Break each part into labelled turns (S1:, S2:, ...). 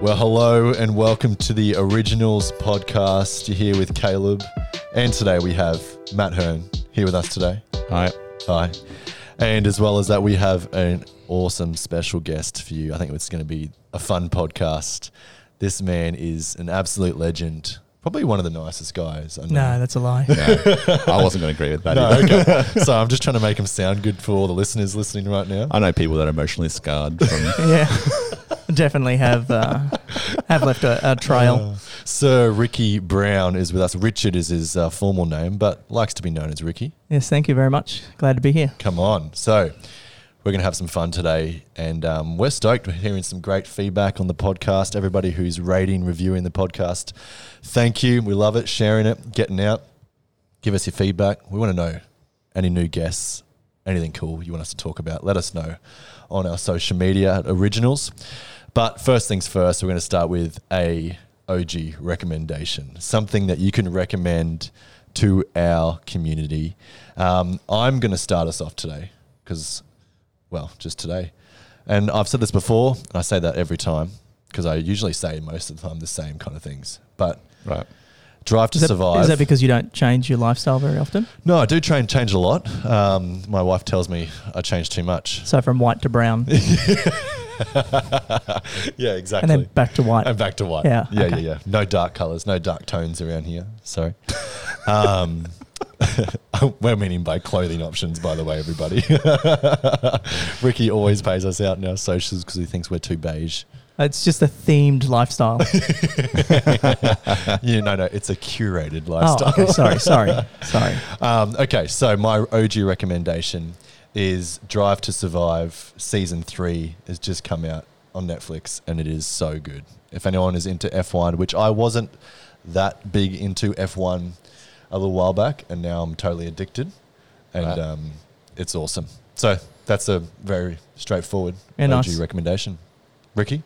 S1: Well, hello and welcome to the Originals podcast. You're here with Caleb, and today we have Matt Hearn here with us today.
S2: Hi.
S1: Hi. And as well as that, we have an awesome special guest for you. I think it's going to be a fun podcast. This man is an absolute legend. Probably one of the nicest guys. I know.
S3: No, that's a lie.
S2: I wasn't going to agree with that.
S1: No,
S2: either.
S1: okay. so I'm just trying to make him sound good for all the listeners listening right now.
S2: I know people that are emotionally scarred from.
S3: yeah, definitely have uh, have left a, a trail.
S1: Sir Ricky Brown is with us. Richard is his uh, formal name, but likes to be known as Ricky.
S3: Yes, thank you very much. Glad to be here.
S1: Come on. So we're going to have some fun today. And um, we're stoked. We're hearing some great feedback on the podcast. Everybody who's rating, reviewing the podcast, thank you. We love it. Sharing it, getting out. Give us your feedback. We want to know any new guests, anything cool you want us to talk about. Let us know on our social media at Originals. But first things first, we're going to start with a OG recommendation, something that you can recommend to our community. Um, I'm going to start us off today because, well, just today. And I've said this before, and I say that every time because I usually say most of the time the same kind of things. But
S2: Right.
S1: Drive to
S3: Is that,
S1: Survive.
S3: is that because you don't change your lifestyle very often?
S1: No, I do train change a lot. Um, my wife tells me I change too much.
S3: So from white to brown,
S1: yeah, exactly.
S3: and then back to white.
S1: And back to white.
S3: Yeah,
S1: yeah,
S3: okay.
S1: yeah, yeah. No dark colors, no dark tones around here. Sorry. Um, we're meaning by clothing options, by the way, everybody. Ricky always pays us out in our socials because he thinks we're too beige.
S3: It's just a themed lifestyle.
S1: yeah, no, no, it's a curated
S3: oh,
S1: lifestyle.
S3: okay. Sorry, sorry, sorry.
S1: Um, okay, so my OG recommendation is Drive to Survive season three has just come out on Netflix and it is so good. If anyone is into F1, which I wasn't that big into F1 a little while back, and now I'm totally addicted, and
S2: Right.
S1: um, it's awesome. So that's a very straightforward
S3: Yeah,
S1: OG
S3: nice.
S1: recommendation. Ricky,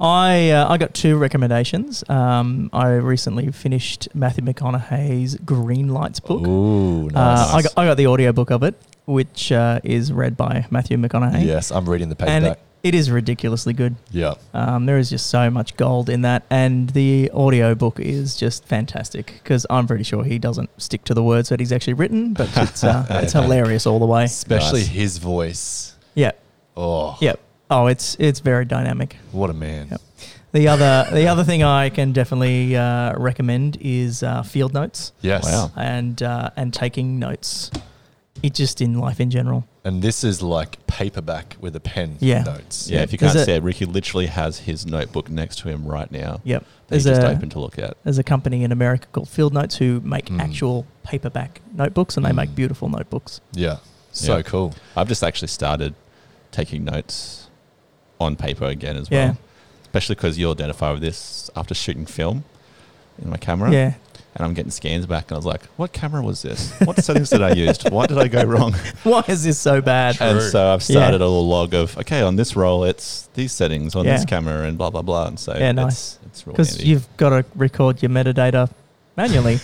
S3: I uh, I got two recommendations. Um, I recently finished Matthew McConaughey's Green Lights book.
S1: Ooh,
S3: Uh, I, got, I got the audiobook of it, which uh, is read by Matthew McConaughey.
S1: yes, I'm reading the
S3: eh? and
S1: paperback.
S3: it is ridiculously good.
S1: Yeah,
S3: Um, there is just so much gold in that, and the audiobook is just fantastic because I'm pretty sure he doesn't stick to the words that he's actually written, but it's, uh, it's hilarious all the way.
S1: especially
S2: Nice.
S1: his voice.
S3: Yeah,
S1: Oh,
S3: yeah. Oh, it's it's very dynamic.
S1: what a man.
S3: Yep. The other the other thing I can definitely uh, recommend is uh, field notes
S1: Yes.
S2: Wow.
S3: and uh, and taking notes. It just in life in general.
S1: And this is like paperback with a pen
S3: Yeah.
S1: notes.
S2: Yeah,
S3: Yeah,
S2: if you
S3: there's
S2: can't
S3: a-
S2: see it, Ricky literally has his notebook next to him right now.
S3: Yep.
S2: that He's
S3: There's
S2: just
S3: a-
S2: open Hmm. to look at.
S3: There's a company in America called Field Notes who make
S1: Mm.
S3: actual paperback notebooks,
S2: Hmm.
S3: and they
S1: Mm.
S3: make beautiful notebooks.
S1: Yeah. So
S2: Yeah.
S1: cool.
S2: I've just actually started taking notes on paper again as
S3: Yeah.
S2: well. Especially because you'll identify with this after shooting film in my camera.
S3: Yeah,
S2: And I'm getting scans back, and I was like, what camera was this? What settings did I use? Why did I go wrong?
S3: Why is this so bad?
S1: True.
S2: And so I've
S3: Yeah.
S2: started a little log of okay, on this roll, it's these settings on this
S3: Yeah.
S2: camera, and blah blah blah. And so
S3: Yeah,
S2: it's-
S3: nice.
S2: It's, real
S3: Because
S2: handy.
S3: you've got to record your metadata manually.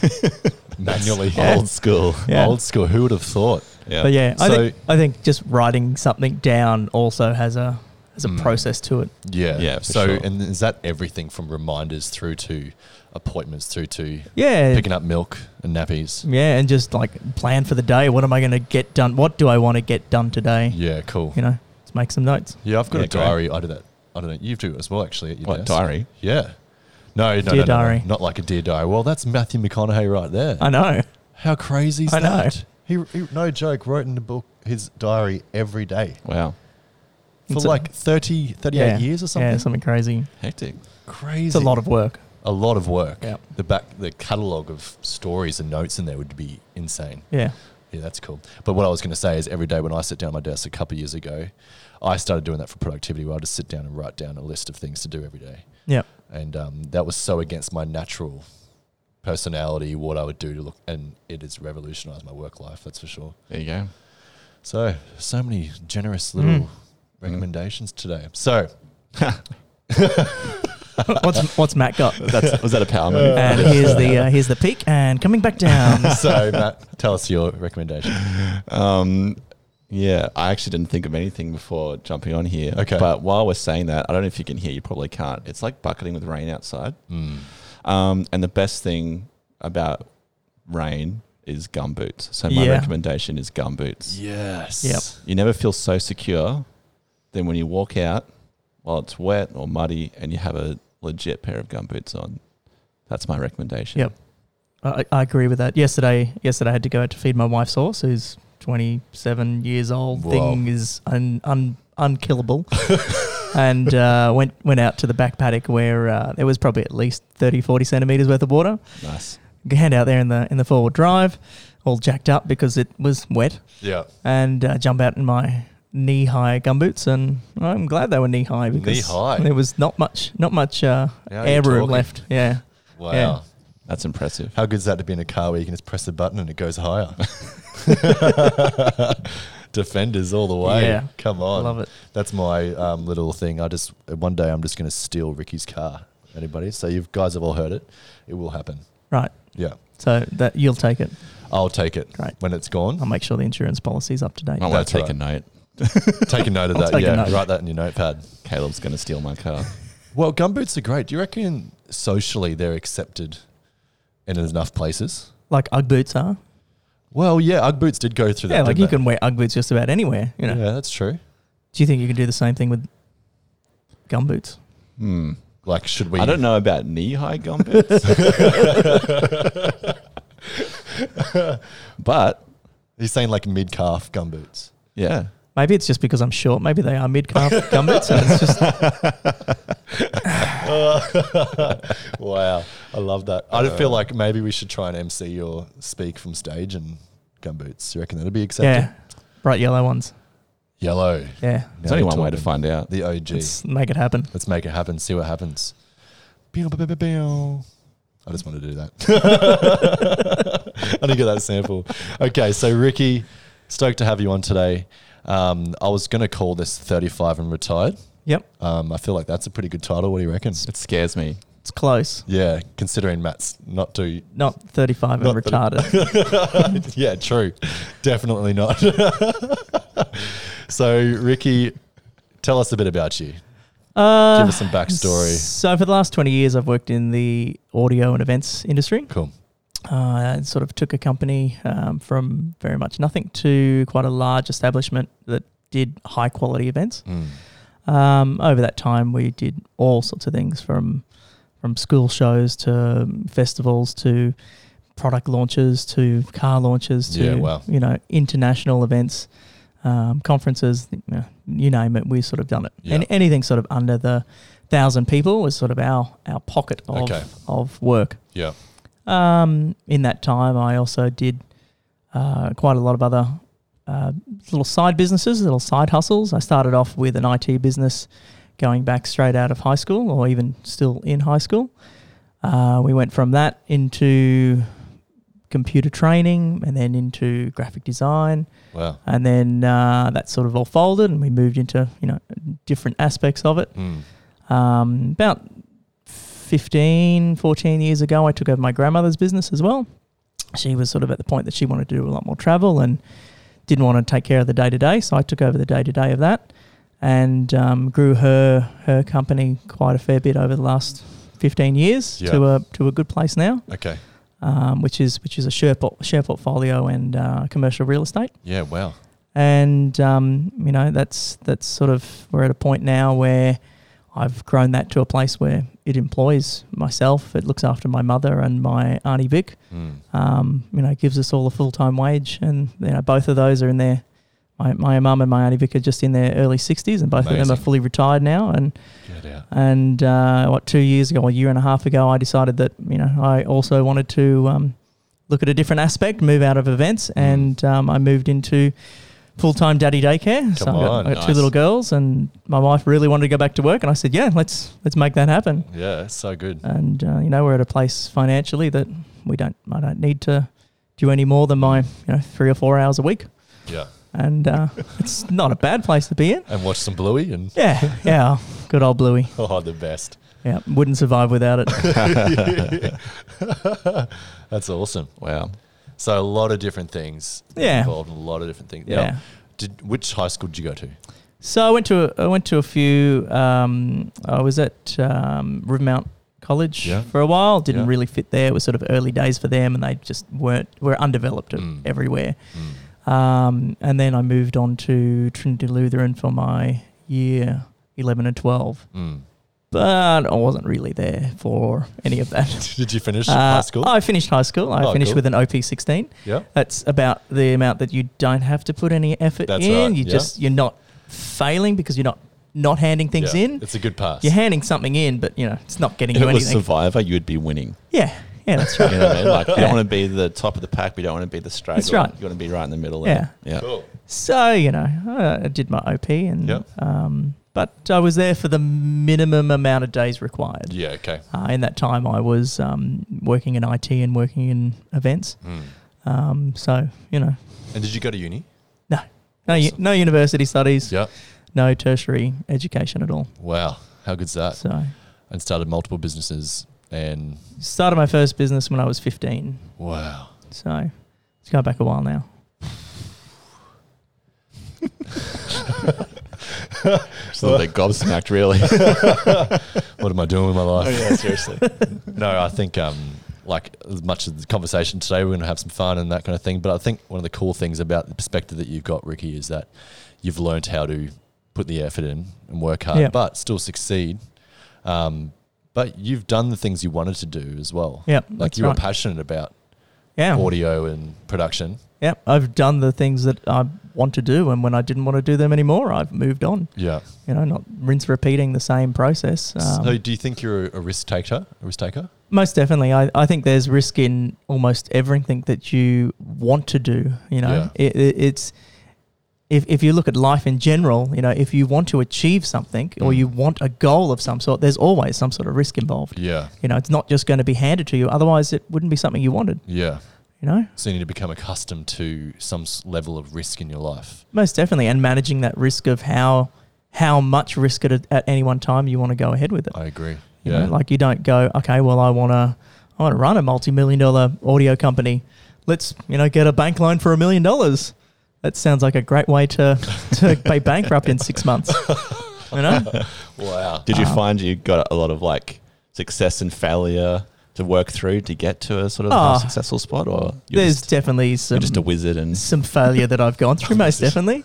S1: Manually.
S3: Yeah.
S2: old school.
S3: Yeah.
S1: Old school. Who would have thought?
S2: Yeah,
S3: But yeah, I,
S1: So-
S3: think, I think just writing something down also has a has a
S1: Mm.
S3: process to it.
S1: Yeah.
S2: Yeah, for
S1: So,
S2: sure.
S1: and is that everything from reminders through to appointments through to
S3: Yeah,
S1: picking up milk and nappies?
S3: yeah, and just like plan for the day. What am I going to get done? What do I want to get done today?
S1: Yeah. Cool.
S3: You know, let's make some notes.
S1: Yeah. I've got
S2: Yeah,
S1: a
S2: great.
S1: diary. I do that. I don't know. You do it as well, actually. At your
S2: What
S1: desk.
S2: diary?
S1: Yeah. No, no, no,
S3: Dear
S1: no, no,
S3: diary.
S1: Not like a dear diary. Well, that's Matthew McConaughey right there.
S3: I know.
S1: How crazy is
S3: I know.
S1: that? He, he, no joke, wrote in the book his diary every day.
S2: Wow,
S1: for
S3: It's a-
S1: like 30, 38
S3: yeah,
S1: years or something.
S3: Yeah, something crazy.
S2: hectic.
S1: Crazy.
S3: It's a lot of work.
S1: a lot of work.
S3: Yeah.
S1: The back the catalog of stories and notes in there would be insane.
S3: Yeah.
S1: Yeah, that's cool. But what I was going to say is every day when I sit down at my desk a couple of years ago, I started doing that for productivity where I just sit down and write down a list of things to do every day.
S3: Yeah.
S1: And um, that was so against my natural personality, what I would do to look, and it has revolutionized my work life, that's for sure.
S2: There you go.
S1: So, so many generous little
S3: Mm.
S1: recommendations today. So,
S3: what's what's Matt got?
S2: That's, was that a power move?
S3: And here's the uh, here's the peak and coming back down.
S1: so Matt, tell us your recommendation.
S2: Um, Yeah, I actually didn't think of anything before jumping on here.
S1: Okay.
S2: But while we're saying that, I don't know if you can hear, you probably can't. It's like bucketing with rain outside.
S1: Mm.
S2: Um, and the best thing about rain is gum boots. So my
S3: Yeah.
S2: recommendation is gum boots.
S1: Yes.
S3: Yep.
S2: You never feel so secure than when you walk out while it's wet or muddy and you have a legit pair of gum boots on. That's my recommendation.
S3: Yep. I, I agree with that. Yesterday, yesterday I had to go out to feed my wife's horse, who's 27 years old.
S1: Whoa.
S3: Thing is un, un, unkillable. and uh, went went out to the back paddock where uh, there was probably at least 30, 40 centimeters worth of water.
S2: Nix.
S3: Hand out there in the in the four wheel drive, all jacked up because it was wet,
S1: Yeah.
S3: and uh, jump out in my knee high gumboots, and I'm glad they were knee high because
S1: Knee-high?
S3: there was not much not much uh,
S1: Now
S3: air
S1: you're
S3: room
S1: talking.
S3: left. Yeah.
S1: Wow.
S3: Yeah.
S2: That's impressive.
S1: How good's that to be in a car where you can just press a button and it goes higher? Defenders all the way.
S3: Yeah.
S1: Come on.
S3: Love it.
S1: That's my um, little thing. I just one day I'm just going to steal Ricky's car. Anybody? So you guys have all heard it. It will happen.
S3: Right.
S1: Yeah.
S3: So that you'll take it.
S1: I'll take it
S3: Great.
S1: when it's gone.
S3: I'll make sure the insurance policy's up to date.
S2: I want
S1: That's
S2: to take
S1: right.
S2: a note.
S1: Take a note of
S3: I'll
S1: that.
S3: take a
S1: Yeah,
S3: note.
S1: write that in your notepad.
S2: Caleb's going to steal my car.
S1: Well, gumboots are great. Do you reckon socially they're accepted in enough places?
S3: Like UGG boots are.
S1: Well, yeah, Ugg boots did go through that.
S3: Yeah, like
S1: didn't
S3: you
S1: they?
S3: can wear UGG boots just about anywhere. You know.
S1: Yeah, that's true.
S3: Do you think you can do the same thing with gum boots?
S2: Hmm.
S1: Like, should we?
S2: I don't know about knee high gum boots. but
S1: He's saying like mid calf gumboots.
S2: yeah,
S3: Maybe it's just because I'm short. Maybe they are mid calf gum boots, and it's just
S1: wow, I love that. I don't
S2: Uh,
S1: feel like maybe we should try and MC or speak from stage and gumboots. You reckon that'd be accepted?
S3: yeah, bright yellow ones.
S1: Yellow.
S3: Yeah,
S1: Now
S2: there's only
S1: we're
S2: one way to
S1: talking.
S2: find out.
S1: the OG.
S3: let's make it happen.
S1: Let's make it happen. See what happens. Pew, pew, pew, pew, pew. I just want to do that. I didn't get that sample. Okay, so Ricky, stoked to have you on today. Um, I was going to call this 35 and retired.
S3: Yep,
S1: Um, I feel like that's a pretty good title. What do you reckon?
S2: It scares me.
S3: it's close.
S1: Yeah, considering Matt's not too.
S3: Not 35
S1: Not
S3: and retarded.
S1: yeah, true. Definitely not. so, Ricky, tell us a bit about you.
S3: uh,
S1: Give us some backstory.
S3: So for the last 20 years, I've worked in the audio and events industry.
S1: Cool.
S3: uh, and sort of took a company um, from very much nothing to quite a large establishment that did high quality events.
S1: Mm.
S3: Um, over that time, we did all sorts of things from from school shows to um, festivals to product launches to car launches to
S1: Yeah, wow.
S3: you know international events, um, conferences, you, know, you name it. We've sort of done it, and
S1: Yeah.
S3: anything sort of under the thousand people was sort of our our pocket of
S1: Okay.
S3: of work.
S1: Yeah.
S3: Um, in that time, I also did uh, quite a lot of other uh, little side businesses, little side hustles. I started off with an IT business going back straight out of high school or even still in high school. Uh, we went from that into computer training and then into graphic design
S1: Wow.
S3: and then uh, that sort of all folded and we moved into you know different aspects of it
S1: Mm.
S3: um, about 15, 14 years ago, I took over my grandmother's business as well. She was sort of at the point that she wanted to do a lot more travel and didn't want to take care of the day to day. So I took over the day to day of that and um, grew her her company quite a fair bit over the last 15 years
S1: Yeah.
S3: to a to a good place now,
S1: Okay.
S3: um, which is which is a share, por- share portfolio and uh, commercial real estate
S1: Yeah, wow.
S3: and um, you know that's that's sort of we're at a point now where I've grown that to a place where it employs myself. It looks after my mother and my auntie Vic.
S1: Mm.
S3: Um, you know, gives us all a full time wage, and you know both of those are in their my my mum and my auntie Vic are just in their early sixties, and both of them
S1: Amazing.
S3: are fully retired now. And
S1: Get out.
S3: and uh, what two years ago, a year and a half ago, I decided that you know I also wanted to um, look at a different aspect, move out of events, and um, I moved into full time daddy daycare. so I got,
S1: on,
S3: I got two
S2: nice.
S3: little girls, and my wife really wanted to go back to work, and I said, yeah, let's let's make that happen.
S1: Yeah, it's so good.
S3: And uh, you know, we're at a place financially that we don't I don't need to do any more than my you know three or four hours a week,
S1: Yeah.
S3: and uh, it's not a bad place to be in.
S1: And watch some Bluey and
S3: Yeah, yeah, good old Bluey.
S1: oh, the best.
S3: Yeah, wouldn't survive without it.
S1: That's awesome.
S2: Wow.
S1: So a lot of different things.
S3: Yeah.
S1: Involved in a lot of different things.
S3: Yeah.
S1: Now, Did, which high school did you go to?
S3: So I went to a, I went to a few. Um, I was at um, Rivermount College
S1: Yeah.
S3: for a while. Didn't
S1: Yeah.
S3: really fit there. It was sort of early days for them, and they just weren't were undeveloped
S1: Mm.
S3: everywhere. Um, and then I moved on to Trinity Lutheran for my year eleven and twelve,
S1: Mm.
S3: but I wasn't really there for any of that.
S1: Did you finish
S3: Uh,
S1: high school?
S3: I finished high school. I
S1: Oh,
S3: finished
S1: cool.
S3: with an OP sixteen.
S1: yeah.
S3: That's about the amount that you don't have to put any effort
S1: That's
S3: in.
S1: right,
S3: You
S1: yeah.
S3: just you're not failing because you're not not handing things
S1: Yeah.
S3: in.
S1: It's a good pass.
S3: You're handing something in, but you know it's not getting
S2: If it
S3: you
S2: was
S3: anything.
S2: Survivor, you'd be winning.
S3: yeah, yeah, that's
S2: You
S3: right.
S2: know what I mean? Like, you
S3: Yeah.
S2: don't want to be the top of the pack, but you don't want to be the straggler.
S3: right.
S2: You want to be right in the middle. Yeah. Yeah.
S1: Cool.
S3: so you know, I, I did my OP and
S1: Yeah.
S3: um, but I was there for the minimum amount of days required.
S1: Yeah. Okay.
S3: Uh, in that time, I was um, working in IT and working in events.
S1: Mm.
S3: Um, so you know,
S1: And did you go to uni?
S3: no, no, u-
S1: Awesome.
S3: no university studies,
S1: Yeah.
S3: no tertiary education at all.
S1: Wow. How good's that?
S3: So
S1: And started multiple businesses. And
S3: started my first business when I was 15.
S1: wow.
S3: So it's going back a while now.
S2: Just a little bit gobsmacked, really.
S1: What am I doing with my life?
S2: yeah, seriously.
S1: no, I think um, like as much of the conversation today, we're going to have some fun and that kind of thing. But I think one of the cool things about the perspective that you've got, Ricky, is that you've learned how to put the effort in and work hard,
S3: Yeah.
S1: but still succeed. Um, but you've done the things you wanted to do as well.
S3: Yep,
S1: like
S3: that's
S1: you were
S3: right.
S1: passionate about
S3: Yeah.
S1: audio and production.
S3: Yeah. I've done the things that I want to do. And when I didn't want to do them anymore, I've moved on.
S1: Yeah.
S3: You know, not rinse repeating the same process. Um,
S1: so, do you think you're a risk taker? A risk taker?
S3: most definitely. I, I think there's risk in almost everything that you want to do. You know, it, it, it's. If, if you look at life in general, you know, if you want to achieve something or
S1: Mm.
S3: you want a goal of some sort, there's always some sort of risk involved.
S1: Yeah.
S3: You know, it's not just going to be handed to you. Otherwise, it wouldn't be something you wanted.
S1: Yeah.
S3: You know,
S1: So you need to become accustomed to some s- level of risk in your life.
S3: most definitely, and managing that risk of how how much risk at, a, at any one time you want to go ahead with it.
S1: I agree.
S3: You
S1: Yeah.
S3: know, like you don't go, okay, well, I want to I want to run a multi million dollar audio company. Let's you know get a bank loan for a million dollars. That sounds like a great way to to be bankrupt in six months. You know,
S1: wow.
S2: Did you
S3: Um,
S2: find you got a lot of like success and failure to work through to get to a sort of
S3: Oh,
S2: successful spot, or you're
S3: there's
S2: just,
S3: definitely some
S2: you're just a wizard and
S3: some failure that I've gone through, most definitely.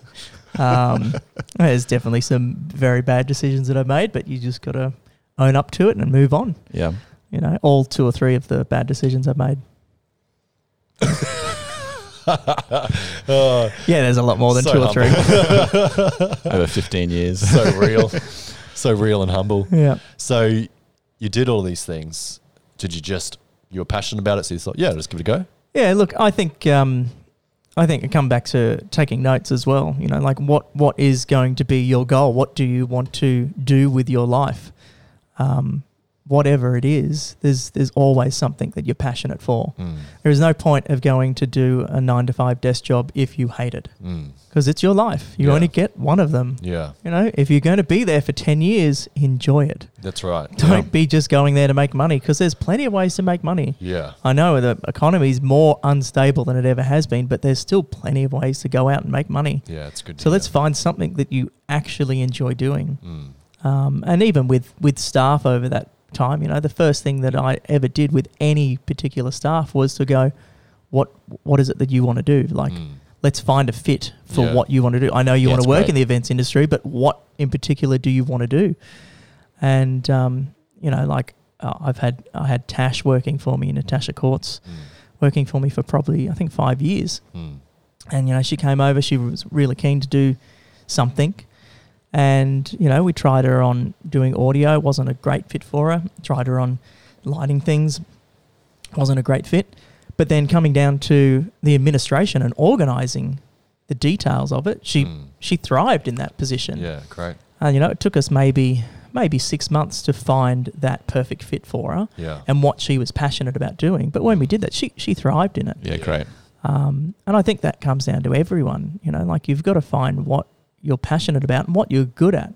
S3: Um, there's definitely some very bad decisions that I've made, but you just got to own up to it and move on.
S2: yeah.
S3: You know, all two or three of the bad decisions I've made.
S1: Oh,
S3: Yeah, there's a lot more than
S1: So
S3: two or three.
S2: over 15 years.
S1: so real, so real and humble.
S3: yeah.
S1: So you did all these things. Did you just you were passionate about it, so you thought, yeah, just give it a go.
S3: Yeah, look, I think um, I think it come back to taking notes as well. You know, like what what is going to be your goal? What do you want to do with your life? Um, whatever it is, there's there's always something that you're passionate for.
S1: Mm,
S3: There is no point of going to do a nine to five desk job if you hate it,
S1: mm,
S3: because it's your life. You
S1: Yeah.
S3: only get one of them.
S1: yeah,
S3: You know, if you're going to be there for ten years, enjoy it.
S1: that's right. Um,
S3: Don't be just going there to make money, because there's plenty of ways to make money.
S1: Yeah,
S3: I know the economy is more unstable than it ever has been, but there's still plenty of ways to go out and make money.
S1: yeah, it's good. To
S3: So let's
S1: hear.
S3: find something that you actually enjoy doing.
S1: Mm,
S3: Um, and even with, with staff over that time, you know, the first thing that I ever did with any particular staff was to go, what what is it that you want to do? Like,
S1: mm,
S3: let's find a fit for
S1: Yeah.
S3: what you want to do. I know you
S2: Yeah,
S3: want
S2: it's
S3: to work
S2: great.
S3: in the events industry, but what in particular do you want to do? And um, you know, like uh, I've had I had Tash working for me, Natasha Courts
S1: mm,
S3: working for me for probably I think five years.
S1: mm,
S3: And you know, she came over. She was really keen to do something, and you know, we tried her on doing audio. wasn't a great fit for her. Tried her on lighting things. wasn't a great fit. But then coming down to the administration and organising the details of it, she
S1: mm.
S3: she thrived in that position.
S1: yeah, great.
S3: And you know, it took us maybe maybe six months to find that perfect fit for her
S1: Yeah,
S3: and what she was passionate about doing. But when we did that, she she thrived in it.
S2: Yeah,
S1: Yeah.
S2: great.
S3: Um, and I think that comes down to everyone, you know, like you've got to find what you're passionate about and what you're good at.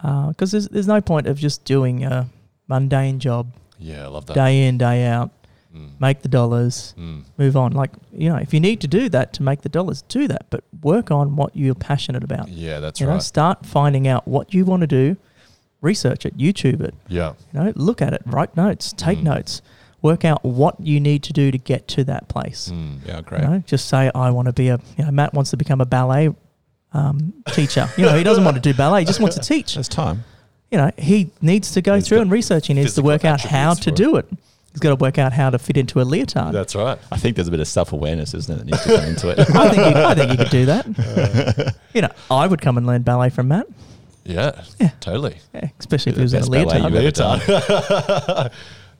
S3: uh,
S1: mm,
S3: Because there's, there's no point of just doing a mundane job
S1: yeah, I love that.
S3: day in, day out.
S1: Mm.
S3: make the dollars,
S1: Mm.
S3: move on. Like, you know, if you need to do that to make the dollars, do that, but work on what you're passionate about.
S1: Yeah, that's
S3: you know,
S1: right.
S3: start finding out what you want to do, research it, YouTube it,
S1: Yeah.
S3: you know, look at it, write notes, take
S1: Mm.
S3: notes, work out what you need to do to get to that place.
S1: Mm.
S2: Yeah,
S3: You
S2: great.
S3: know, just say, I want to be a, you know, Matt wants to become a ballet um, teacher. You know, he doesn't want to do ballet, he just wants to teach.
S2: That's time.
S3: You know, he needs to go
S1: He's
S3: through
S1: got
S3: and research. He needs to
S1: physical
S3: work out how
S1: attributes
S3: to
S1: for
S3: do it. He's got to work out how to fit into a leotard.
S1: That's right.
S2: I think there's a bit of self awareness, isn't it, that needs to come into it.
S3: I think you, I think you could do that. you know, I would come and learn ballet from Matt,
S1: Yeah.
S3: Yeah.
S1: Totally.
S3: yeah, especially if
S2: The
S3: he was in a
S2: best ballet
S3: leotard.
S2: you've ever done.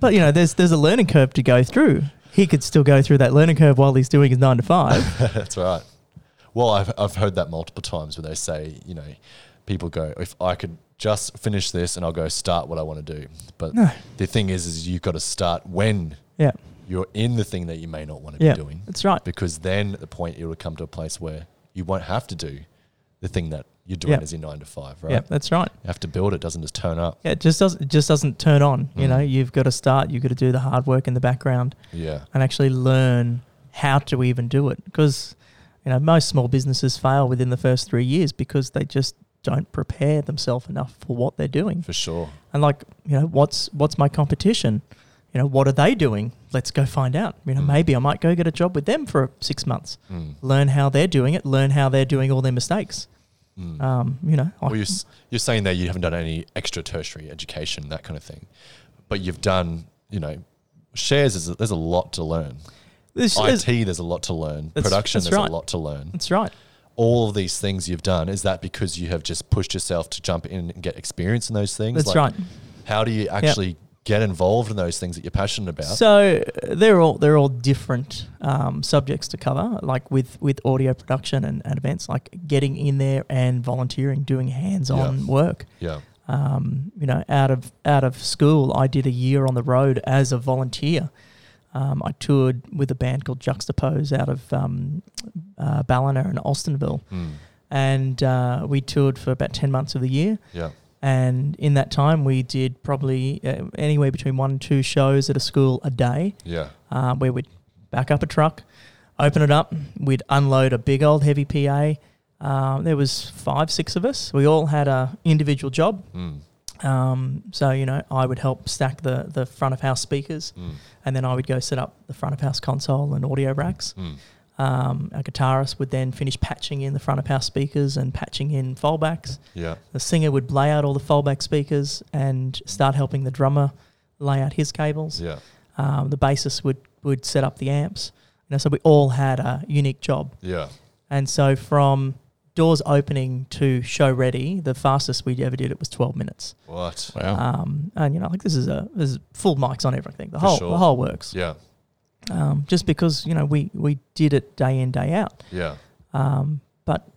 S3: But you know, there's there's a learning curve to go through. He could still go through that learning curve while he's doing his nine to five.
S1: That's right. Well, I've, I've heard that multiple times where they say, you know, people go, if I could just finish this and I'll go start what I want to do. But
S3: No.
S1: the thing is, is you've got to start when
S3: Yeah,
S1: you're in the thing that you may not want to
S3: yeah,
S1: be doing.
S3: that's right.
S1: Because then at the point it will come to a place where you won't have to do the thing that you're doing
S3: Yeah.
S1: as your nine to five, right?
S3: Yeah, that's right.
S1: You have to build it, doesn't just turn up.
S3: Yeah, it just doesn't it just doesn't turn on. You
S1: Mm.
S3: know, you've got to start. You've got to do the hard work in the background
S1: Yeah.
S3: and actually learn how to even do it. Because you know, most small businesses fail within the first three years because they just don't prepare themselves enough for what they're doing.
S1: For sure.
S3: and like you know what's what's my competition you know what are they doing let's go find out you know
S1: Mm.
S3: maybe i might go get a job with them for six months
S1: Mm.
S3: learn how they're doing it learn how they're doing all their mistakes
S1: Mm.
S3: um, you know I-
S1: Well, you're, s- you're saying that you haven't done any extra tertiary education, that kind of thing, but you've done, you know, shares is there's a lot to learn.
S3: this is-
S1: IT, there's a lot to learn.
S3: That's-
S1: Production,
S3: that's
S1: there's
S3: right.
S1: a lot to learn.
S3: that's right
S1: All of these things you've done is that because you have just pushed yourself to jump in and get experience in those things.
S3: that's right
S1: How do you actually get involved in those things that you're passionate about?
S3: so uh, they're all they're all different um, subjects to cover like with with audio production and, and events like getting in there and volunteering doing hands-on
S1: Yeah.
S3: work
S1: yeah,
S3: um, you know, out of out of school, I did a year on the road as a volunteer. Um, I toured with a band called Juxtapose out of um, uh, Ballina and Austinville,
S1: Mm.
S3: and uh, we toured for about ten months of the year.
S1: yeah,
S3: And in that time, we did probably uh, anywhere between one and two shows at a school a day,
S1: yeah.
S3: uh, where we'd back up a truck, open it up, we'd unload a big old heavy PA. Um, there was five, six of us. We all had a individual job.
S1: Mm.
S3: Um, so you know, I would help stack the the front of house speakers,
S1: Mm.
S3: and then I would go set up the front of house console and audio racks.
S1: Mm.
S3: Um, our guitarist would then finish patching in the front of house speakers and patching in fallbacks.
S1: Yeah,
S3: The singer would lay out all the fallback speakers and start helping the drummer lay out his cables.
S1: yeah,
S3: Um, the bassist would would set up the amps. You know, so we all had a unique job.
S1: yeah.
S3: And so from doors opening to show ready, the fastest we ever did it was twelve minutes.
S1: What?
S2: Wow.
S3: Um, and you know, like this is a this is full mics on everything. The
S1: For
S3: whole
S1: sure.
S3: the whole works.
S1: Yeah,
S3: Um, just because you know we we did it day in day out.
S1: yeah,
S3: Um, but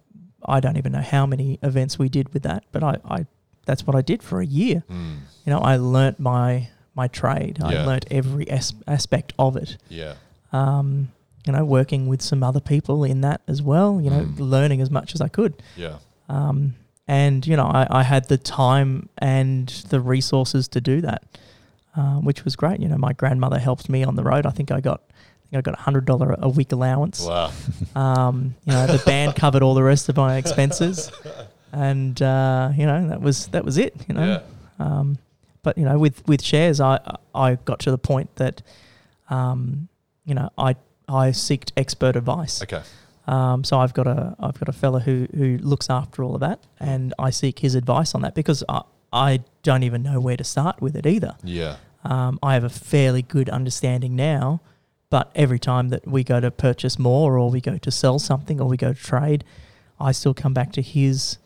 S3: I don't even know how many events we did with that. But I, I that's what I did for a year.
S1: mm.
S3: You know, I learnt my my trade. I
S1: Yeah.
S3: learnt every as- aspect of it.
S1: yeah,
S3: Um, you know, working with some other people in that as well. You know,
S1: Mm.
S3: learning as much as I could.
S1: yeah,
S3: Um, and, you know, I, I had the time and the resources to do that, uh, which was great. You know, my grandmother helped me on the road. I think I got. I think I got a hundred dollar a week allowance.
S1: wow,
S3: Um, you know, the band covered all the rest of my expenses, and uh, you know that was that was it. You
S1: yeah,
S3: know, um, but you know, with with shares, I I got to the point that, um, you know, I I seeked expert advice.
S1: okay,
S3: Um, so I've got a I've got a fella who who looks after all of that, and I seek his advice on that because I I don't even know where to start with it either.
S1: yeah,
S3: Um, I have a fairly good understanding now, but every time that we go to purchase more, or we go to sell something, or we go to trade, I still come back to his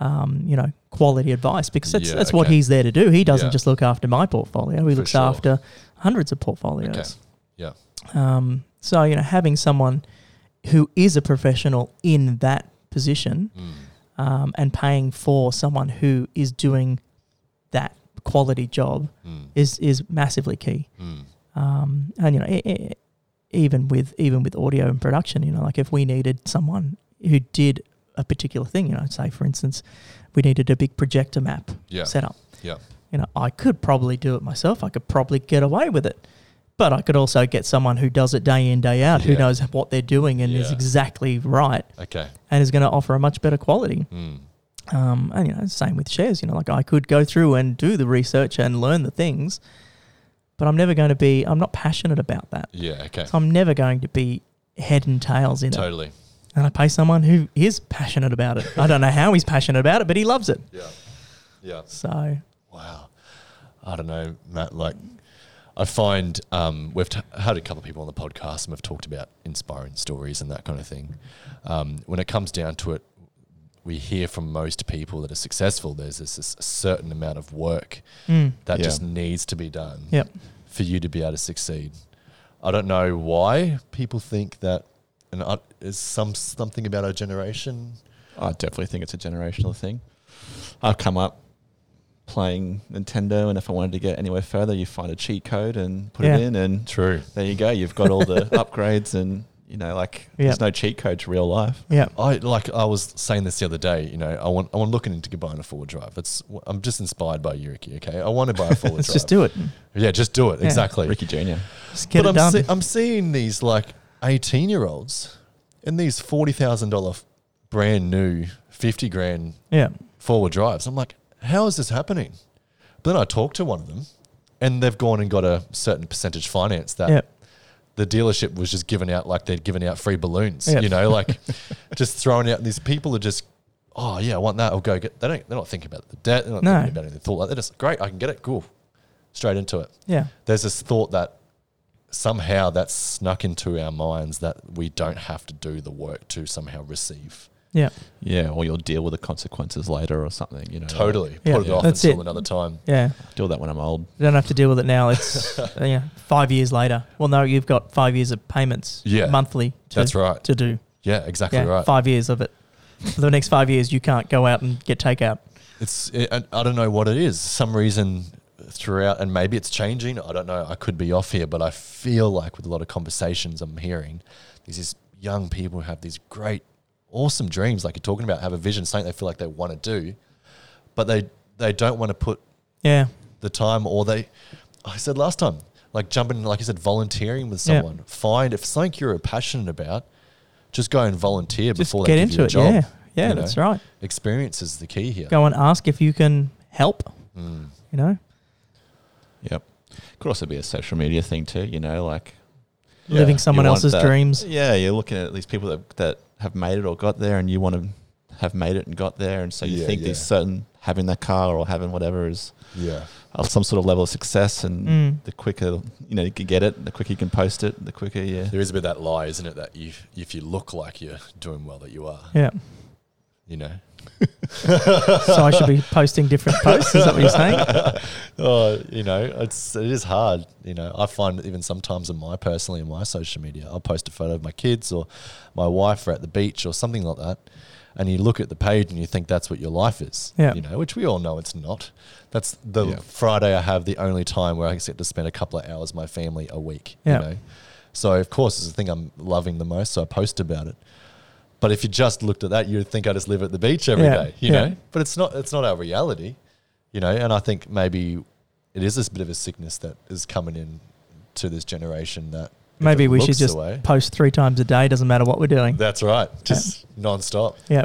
S3: um, you know quality advice because that's
S1: Yeah,
S3: that's what
S1: okay.
S3: he's there to do. He doesn't
S1: Yeah.
S3: just look after my portfolio; he
S1: For
S3: looks
S1: sure.
S3: after hundreds of portfolios.
S1: okay, yeah,
S3: Um, so you know, having someone who is a professional in that position
S1: mm.
S3: um, and paying for someone who is doing that quality job
S1: Mm.
S3: is is massively key.
S1: Mm.
S3: Um, and you know, e- e- even with even with audio and production, you know, like if we needed someone who did a particular thing, you know, say for instance, we needed a big projector map
S1: yeah,
S3: set up.
S1: Yeah.
S3: You know, I could probably do it myself. I could probably get away with it. But I could also get someone who does it day in, day out, who
S1: Yeah.
S3: knows what they're doing and is
S1: Yeah.
S3: exactly right
S1: Okay.
S3: and is going to offer a much better quality.
S1: Mm.
S3: Um, and you know, same with shares. You know, like I could go through and do the research and learn the things, but I'm never going to be. I'm not passionate about that.
S1: Yeah. Okay.
S3: So I'm never going to be head and tails in it.
S1: Totally.
S3: And I pay someone who is passionate about it. I don't know how he's passionate about it, but he loves it.
S1: Yeah. Yeah.
S3: So
S1: Wow. I don't know, Matt. Like, I find um, we've t- had a couple of people on the podcast and we've talked about inspiring stories and that kind of thing. Um, when it comes down to it, we hear from most people that are successful, there's this, this certain amount of work
S3: mm,
S1: that
S2: Yeah.
S1: just needs to be done
S3: Yep.
S1: for you to be able to succeed. I don't know why people think that, and I, is some something about our generation.
S2: I definitely think it's a generational thing. I've come up playing Nintendo, and if I wanted to get anywhere further, you find a cheat code and put
S3: Yeah.
S2: it in, and
S1: True.
S2: there you go. You've got all the upgrades, and you know, like
S3: Yeah.
S2: there's no cheat code to real life.
S3: yeah,
S1: I like I was saying this the other day. You know, I want I want looking into buying a four-wheel drive. It's I'm just inspired by Yuriki. Okay, I want to buy a four-wheel
S3: let's
S1: drive.
S3: just do it.
S1: Yeah, just do it
S3: Yeah.
S1: exactly.
S2: Ricky Junior.
S3: Just get
S1: but
S3: it
S1: I'm
S3: done.
S1: see- I'm seeing these like 18 year olds in these forty thousand dollar brand new fifty grand
S3: yeah,
S1: four-wheel drives. I'm like, how is this happening? But then I talked to one of them, and they've gone and got a certain percentage finance that
S3: yeah,
S1: the dealership was just giving out like they'd given out free balloons.
S3: Yeah.
S1: You know, like just throwing out these people are just, oh yeah, I want that. I'll go get. They don't. They're not thinking about the debt. They're not
S3: No.
S1: thinking about anything. Thought like they're just great. I can get it. Cool. Straight into it.
S3: yeah,
S1: There's this thought that somehow that's snuck into our minds that we don't have to do the work to somehow receive.
S3: yeah,
S2: Yeah, or you'll deal with the consequences later or something. You know, like,
S1: Totally
S3: Yeah.
S1: put it off
S3: That's
S1: until
S3: it.
S1: another time.
S3: yeah.
S2: do that when I'm old.
S3: You don't have to deal with it now. It's uh, yeah, five years later. Well, no, you've got five years of payments
S1: Yeah.
S3: monthly. To,
S1: That's right.
S3: to do.
S1: Yeah, exactly
S3: Yeah,
S1: right.
S3: five years of it. For the next five years, you can't go out and get takeout.
S1: It's it, I I don't know what it is. Some reason throughout, and maybe it's changing. I don't know. I could be off here, but I feel like with a lot of conversations I'm hearing, these is young people who have these great, awesome dreams, like you're talking about, have a vision, something they feel like they want to do, but they they don't want to put
S3: Yeah,
S1: the time or they. I said last time, like jumping, like you said, volunteering with
S3: Yeah.
S1: someone. Find if something you're passionate about, just go and volunteer
S3: just
S1: before
S3: get
S1: they give
S3: into
S1: you a
S3: it.
S1: job.
S3: yeah, yeah,
S1: you know?
S3: that's right.
S1: Experience is the key here.
S3: Go and ask if you can help.
S1: Mm.
S3: You know,
S2: Yep. Could also be a social media thing too. You know, like
S1: Yeah.
S3: living someone
S2: You want
S3: else's
S2: that.
S3: dreams.
S2: yeah, you're looking at these people that that have made it or got there, and you want to have made it and got there, and so you
S1: Yeah,
S2: think these
S1: yeah.
S2: certain having that car or having whatever is
S1: Yeah.
S2: of some sort of level of success, and
S3: Mm.
S2: the quicker you know you can get it, the quicker you can post it, the quicker yeah.
S1: There is a bit of that lie, isn't it? That you, if you look like you're doing well, that you are.
S3: Yeah.
S1: You know.
S3: So I should be posting different posts. Is that what you're saying?
S1: oh, you know, it's it is hard. You know, I find even sometimes in my personally in my social media, I'll post a photo of my kids or my wife or at the beach or something like that, and you look at the page and you think that's what your life is.
S3: Yeah.
S1: You know, which we all know it's not. That's the
S2: Yeah.
S1: Friday I have the only time where I get to spend a couple of hours with my family a week.
S3: Yeah.
S1: You know, so of course it's the thing I'm loving the most. So I post about it. But if you just looked at that, you'd think I just live at the beach every day,
S3: Yeah,
S1: you
S3: yeah.
S1: know. But it's not. It's not our reality, you know. And I think maybe it is this bit of a sickness that is coming in to this generation that if
S3: Maybe
S1: it
S3: we should
S1: looks the
S3: just
S1: way-
S3: post three times a day. Doesn't matter what we're doing.
S1: That's right, just non-stop
S3: Yeah.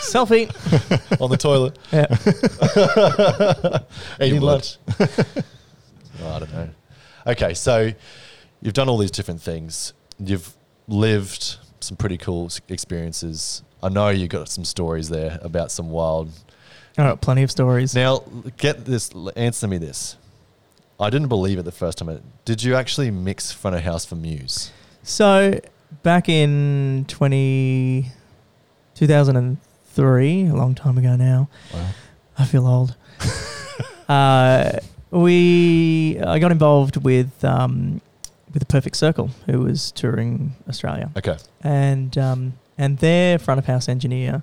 S3: Selfie.
S1: on the toilet,
S3: Yeah.
S1: eating
S2: You would.
S1: lunch. Oh, I don't know. Okay, so you've done all these different things. You've lived some pretty cool s- experiences. I know you got some stories there about some wild
S3: All right. Plenty of stories.
S1: Now, get this. l- Answer me this. I didn't believe it the first time. I- Did you actually mix front of house for Muse?
S3: So back in 20, 2003, a long time ago now,
S2: Wow.
S3: I feel old. uh, we I got involved with um, with the Perfect Circle, who was touring Australia,
S1: Okay.
S3: and um, and their front of house engineer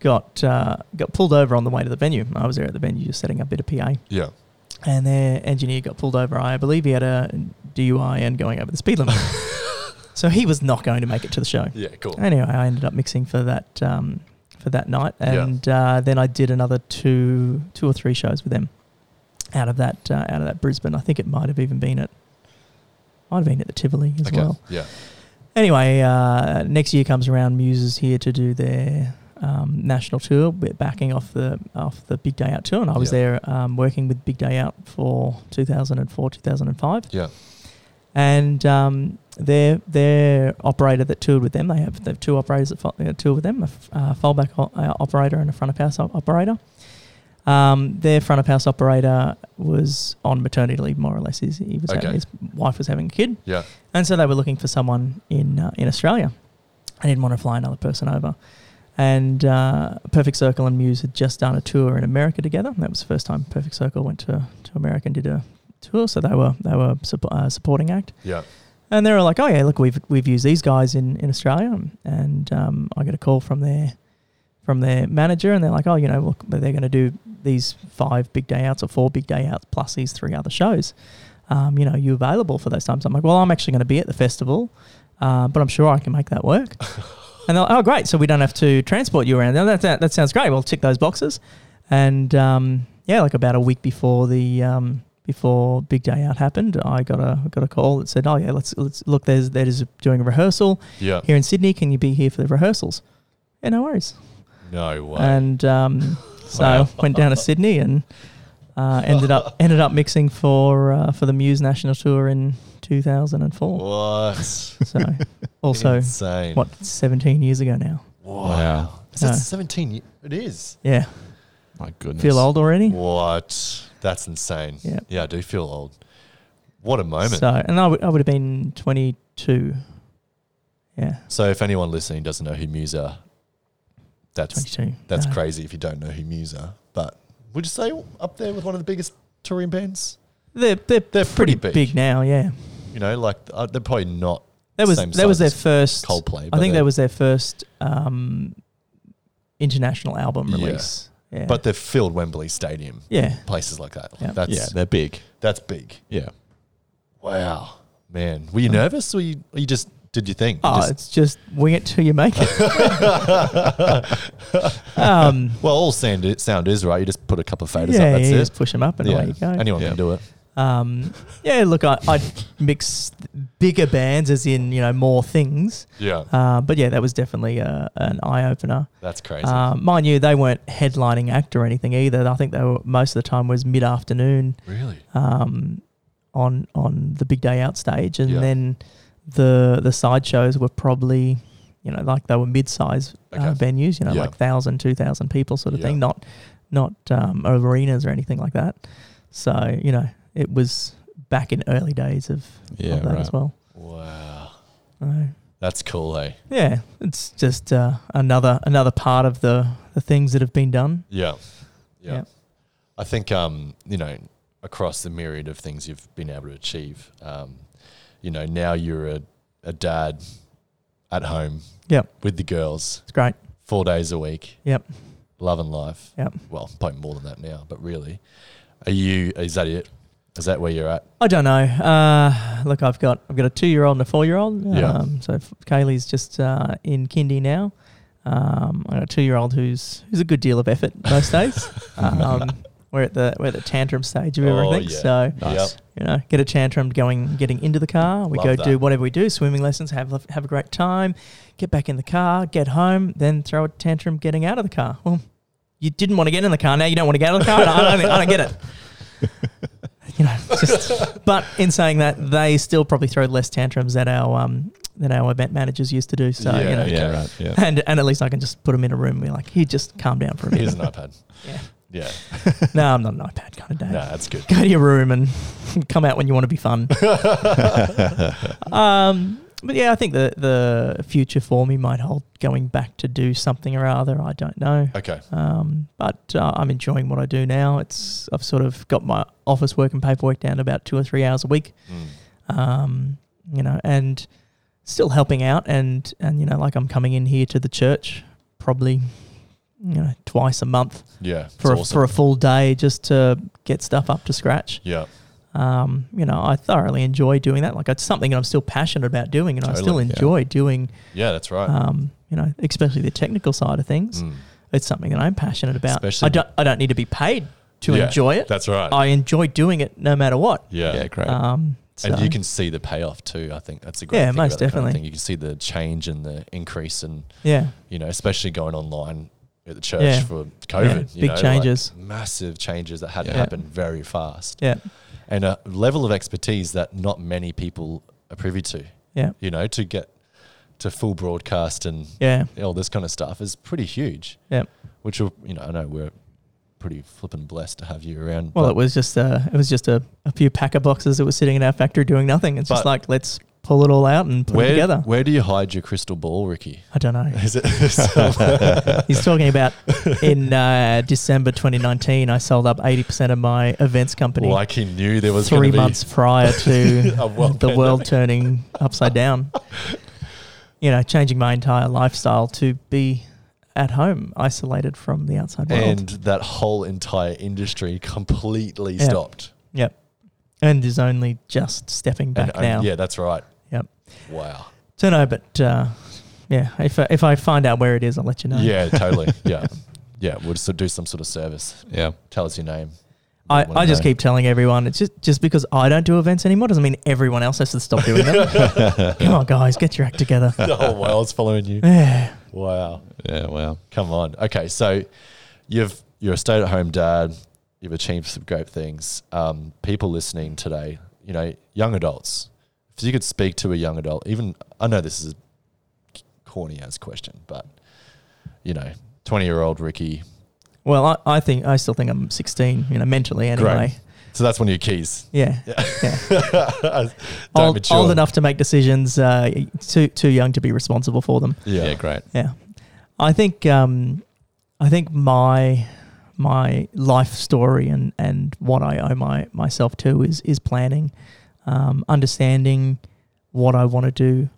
S3: got uh, got pulled over on the way to the venue. I was there at the venue just setting up a bit of PA,
S1: Yeah.
S3: and their engineer got pulled over. I believe he had a DUI and going over the speed limit, so he was not going to make it to the show.
S1: Yeah. Cool.
S3: Anyway, I ended up mixing for that um, for that night,
S1: Yeah.
S3: and uh, then I did another two two or three shows with them out of that uh, out of that Brisbane. I think it might have even been at Might have been at the Tivoli as
S1: Okay.
S3: well.
S1: Yeah.
S3: Anyway, uh, next year comes around. Muse is here to do their um, national tour. We're backing off the off the Big Day Out tour, and I was
S1: Yeah.
S3: there um, working with Big Day Out for 2004, 2005.
S1: Yeah.
S3: And um, their their operator that toured with them, they have they have two operators that fo- uh, tour with them, a f- uh, fallback o- uh, operator and a front of house op- operator. Um, their front of house operator was on maternity leave, more or less. His, he was
S1: Okay.
S3: having, his wife was having a kid.
S1: Yeah.
S3: And so they were looking for someone in uh, in Australia. I didn't want to fly another person over. And uh, Perfect Circle and Muse had just done a tour in America together. That was the first time Perfect Circle went to, to America and did a tour. So they were they were suppo- uh, supporting act.
S1: Yeah.
S3: And they were like, oh yeah, look, we've we've used these guys in in Australia, and um, I get a call from their from their manager, and they're like, oh, you know, look, they're going to do these five big day outs or four big day outs plus these three other shows. Um, you know, you available for those times? I'm like, well, I'm actually going to be at the festival, uh, but I'm sure I can make that work. and they're like, oh, great, so we don't have to transport you around. Now that that, that sounds great. We'll tick those boxes, and um, yeah, like about a week before the um, before Big Day Out happened, I got a got a call that said, "Oh yeah, let's let's look. There's there is doing a rehearsal
S1: Yeah.
S3: here in Sydney. Can you be here for the rehearsals?" Yeah, no worries.
S1: No way.
S3: And um, so
S1: Wow.
S3: went down to Sydney and uh, ended up ended up mixing for uh, for the Muse National Tour in 2004.
S1: what?
S3: So also
S1: insane.
S3: what 17 years ago now.
S1: Wow.
S2: Wow.
S1: Is that
S3: No.
S1: 17? ye- It is.
S3: Yeah,
S2: My goodness.
S3: feel old already.
S1: What? That's insane.
S3: Yeah.
S1: Yeah, I do feel old. What a moment.
S3: So and I would I would have been 22. Yeah,
S1: So if anyone listening doesn't know who Muse are, that's
S3: 22.
S1: that's
S3: No.
S1: crazy if you don't know who Muse are. But would you say up there with one of the biggest touring bands?
S3: They're they're,
S1: They're pretty
S3: big.
S1: big.
S3: now. Yeah,
S1: You know, like uh, they're probably not
S3: that was
S1: Same
S3: that was their
S1: size
S3: first.
S1: Coldplay.
S3: I think
S1: they're-
S3: that was their first um, international album
S1: Yeah.
S3: release. Yeah,
S1: But they've filled Wembley Stadium,
S3: yeah,
S1: places like that.
S3: Yeah.
S1: That's
S2: yeah, they're big.
S1: that's big.
S2: Yeah.
S1: Wow, man. Were you nervous, or you, or you just did your thing? You
S3: oh,
S1: just-
S3: it's just wing it till you make it. um,
S1: well, all sound is, sound is right. You just put a couple of faders
S3: yeah,
S1: up. That's
S3: yeah,
S1: it.
S3: just push them up and
S1: yeah,
S3: away you go.
S1: anyone
S2: Yeah.
S1: can do it.
S3: Um, yeah, look, I, I mix bigger bands as in you know more things.
S1: Yeah,
S3: Uh, but yeah, that was definitely a, an eye opener.
S1: that's crazy.
S3: Uh, mind you, they weren't headlining act or anything either. I think they were most of the time was mid afternoon.
S1: really?
S3: um, on on the big day out stage, and
S1: Yeah.
S3: then the the side shows were probably you know like they were mid size uh,
S1: Okay.
S3: venues, you know
S1: Yeah.
S3: like thousand, two thousand people sort of
S1: Yeah.
S3: thing, not not um, arenas or anything like that. So you know it was back in early days of,
S2: Yeah,
S3: of that
S2: right.
S3: as well.
S1: Wow,
S3: So,
S1: that's cool, eh?
S3: yeah, it's just uh, another another part of the the things that have been done.
S1: Yeah. yeah,
S3: Yeah.
S1: I think um, you know across the myriad of things you've been able to achieve, um, you know now you're a, a dad at home.
S3: Yep.
S1: with the girls,
S3: It's great.
S1: four days a week.
S3: Yep.
S1: Love and life.
S3: Yep.
S1: Well, probably more than that now, but really, are you? Is that it? Is that where you're at?
S3: I don't know. Uh, look, I've got I've got a two year old and a four year old.
S1: Yeah.
S3: Um, so f- Kaylee's just uh, in kindy now. Um, I got a two year old who's who's a good deal of effort most days. um, we're at the we're at the tantrum stage of
S1: Oh,
S3: everything.
S1: yeah.
S3: So
S2: Nice.
S3: you know, get a tantrum going, getting into the car. We
S1: Love
S3: go
S1: that.
S3: do whatever we do, swimming lessons, have have a great time, get back in the car, get home, then throw a tantrum getting out of the car. Well, you didn't want to get in the car, now you don't want to get out of the car. I don't, I don't get it. You know, just. But in saying that, they still probably throw less tantrums than our um than our event managers used to do. So you
S1: Yeah,
S3: know,
S1: Okay.
S2: Yeah, right. Yeah.
S3: and and at least I can just put them in a room. and be like, you just calm down for a
S1: Here's
S3: minute.
S1: an iPad.
S3: yeah.
S1: Yeah.
S3: No, I'm not an iPad kind of dad
S1: No, that's good.
S3: go to your room and come out when you want to be fun. um, but yeah, I think the the future for me might hold going back to do something or other. I don't know.
S1: Okay.
S3: Um, but uh, I'm enjoying what I do now. It's I've sort of got my office work and paperwork down to about two or three hours a week.
S1: Mm.
S3: Um, you know, and still helping out and and you know, like I'm coming in here to the church probably you know twice a month
S1: Yeah. it's
S3: for a,
S1: awesome.
S3: for a full day just to get stuff up to scratch
S1: yeah.
S3: um, you know, I thoroughly enjoy doing that. Like it's something that I'm still passionate about doing, and I still
S1: Totally,
S2: yeah.
S3: enjoy doing.
S1: Yeah, that's right.
S3: Um, you know, especially the technical side of things.
S1: Mm.
S3: It's something that I'm passionate about.
S1: Especially-
S3: I don't. I don't need to be paid to
S1: Yeah,
S3: enjoy it.
S1: That's right.
S3: I enjoy doing it no matter what.
S1: yeah.
S2: Yeah, great.
S3: Um, So
S1: And you can see the payoff too. I think that's a great
S3: Yeah,
S1: thing
S3: most
S1: about that kind of
S3: definitely.
S1: thing. You can see the change and the increase, and
S3: yeah,
S1: you know, especially going online at the church
S3: Yeah.
S1: for COVID. you
S3: big
S1: know, like
S3: changes.
S1: massive changes that had to
S2: Yeah.
S1: happen very fast,
S3: yeah,
S1: and a level of expertise that not many people are privy to.
S3: Yeah.
S1: you know, to get to full broadcast and
S3: yeah,
S1: all this kind of stuff is pretty huge.
S3: yeah.
S1: Which will, you know, I know we're pretty flippin' blessed to have you around.
S3: Well,
S1: but-
S3: it was just uh, it was just a, a few packer boxes that were sitting in our factory doing nothing. It's just
S1: But-
S3: like let's pull it all out and put
S1: where,
S3: it together.
S1: Where do you hide your crystal ball, Ricky?
S3: I don't know.
S1: Is it somewhere-
S3: He's talking about in uh, December 2019, I sold up 80% of my events company
S1: like he knew there was
S3: three
S1: gonna
S3: months prior to
S1: A world
S3: the world turning upside down. You know, changing my entire lifestyle to be at home, isolated from the outside
S1: Be,
S3: world.
S1: and that whole entire industry completely
S3: Yeah.
S1: stopped.
S3: and is only just stepping
S1: And-
S3: back
S1: and
S3: now.
S1: yeah, that's right.
S3: Yep.
S1: Wow.
S3: Don't know, but uh, yeah, if I, if I find out where it is, I'll let you know.
S1: Yeah, totally. Yeah. Yeah, we'll just do some sort of service.
S2: Yeah.
S1: Tell us your name.
S3: I,
S1: Wanna
S3: I just
S1: know.
S3: keep telling everyone it's just just because I don't do events anymore doesn't mean everyone else has to stop doing them. Come on, guys, get your act together.
S1: the whole world's following you.
S3: Yeah,
S1: Wow.
S2: Yeah. Wow.
S1: Come on. Okay, so you've you're a stay at home dad. You've achieved some great things. Um, people listening today, you know, young adults. If you could speak to a young adult, even I know this is a corny ass question, but you know, twenty year old Ricky.
S3: well, I, I think I still think I'm 16, you know, mentally anyway.
S1: Great. So that's one of your keys.
S3: Yeah,
S1: Don't
S3: old,
S1: mature.
S3: old enough to make decisions, uh, too too young to be responsible for them.
S1: Yeah.
S2: yeah great.
S3: Yeah, I think um, I think my my life story and, and what I owe my myself to is is planning, um, understanding what I want to do,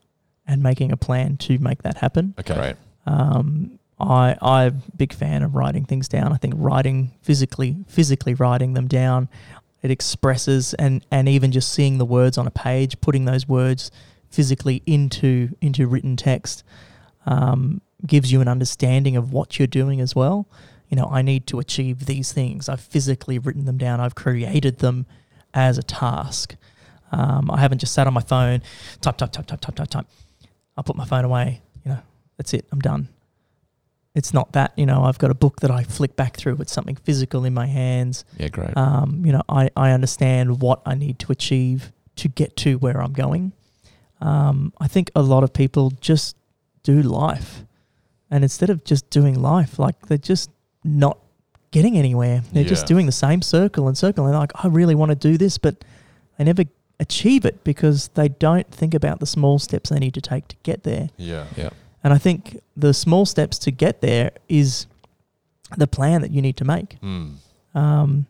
S3: and making a plan to make that happen.
S1: Okay.
S2: Great.
S3: Um, I I'm a big fan of writing things down. I think writing physically physically writing them down, it expresses and and even just seeing the words on a page, putting those words physically into into written text, um, gives you an understanding of what you're doing as well. You know, I need to achieve these things. I've physically written them down. I've created them as a task. Um, I haven't just sat on my phone, type, type, type, type, type, type, type. I'll put my phone away. You know, that's it. I'm done. It's not that, you know, I've got a book that I flick back through. It's something physical in my hands.
S2: Yeah. Great.
S3: Um, you know, I, I understand what I need to achieve to get to where I'm going. Um, I think a lot of people just do life. And instead of just doing life, like they're just not getting anywhere. They're
S1: Yeah.
S3: just doing the same circle and circle. And like, I really want to do this, but they never achieve it because they don't think about the small steps they need to take to get there.
S1: Yeah.
S3: And I think the small steps to get there is the plan that you need to make.
S1: Hmm.
S3: Um,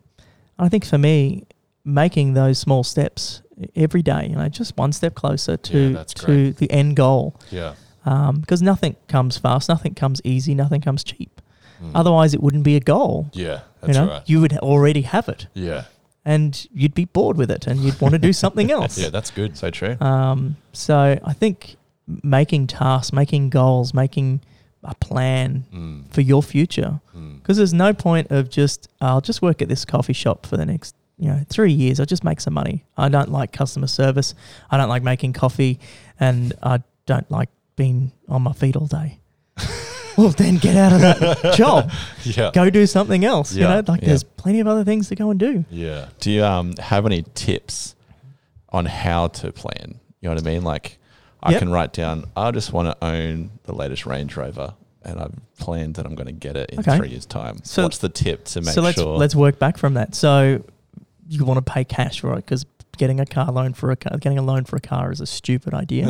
S3: I think for me, making those small steps every day, you know, just one step closer to
S1: Yeah, that's
S3: to
S1: great.
S3: the end goal,
S1: Yeah.
S3: because nothing comes fast, nothing comes easy, nothing comes cheap.
S1: Hmm.
S3: Otherwise, it wouldn't be a goal.
S1: Yeah. That's
S3: you know,
S1: right.
S3: you would already have it,
S1: Yeah.
S3: and you'd be bored with it, and you'd want to do something else.
S1: Yeah. That's good.
S2: So true.
S3: Um, so I think making tasks, making goals, making a plan
S1: Mm.
S3: for your future
S1: Mm.
S3: because there's no point of just I'll just work at this coffee shop for the next you know three years. I'll just make some money. I don't like customer service. I don't like making coffee, and I don't like being on my feet all day. well, then get out of that job.
S1: Yeah.
S3: Go do something else.
S1: Yeah,
S3: You know, like
S2: yeah.
S3: there's plenty of other things to go and do.
S1: Yeah.
S2: Do you um have any tips on how to plan? You know what I mean? Like, I
S3: Yep.
S2: can write down. I just want to own the latest Range Rover, and I've planned that I'm going to get it in
S3: Okay.
S2: three years' time.
S3: So-
S2: What's the tip to make
S3: so let's
S2: sure?
S3: let's work back from that. So you want to pay cash for it because getting a car loan for a car, getting a loan for a car is a stupid idea.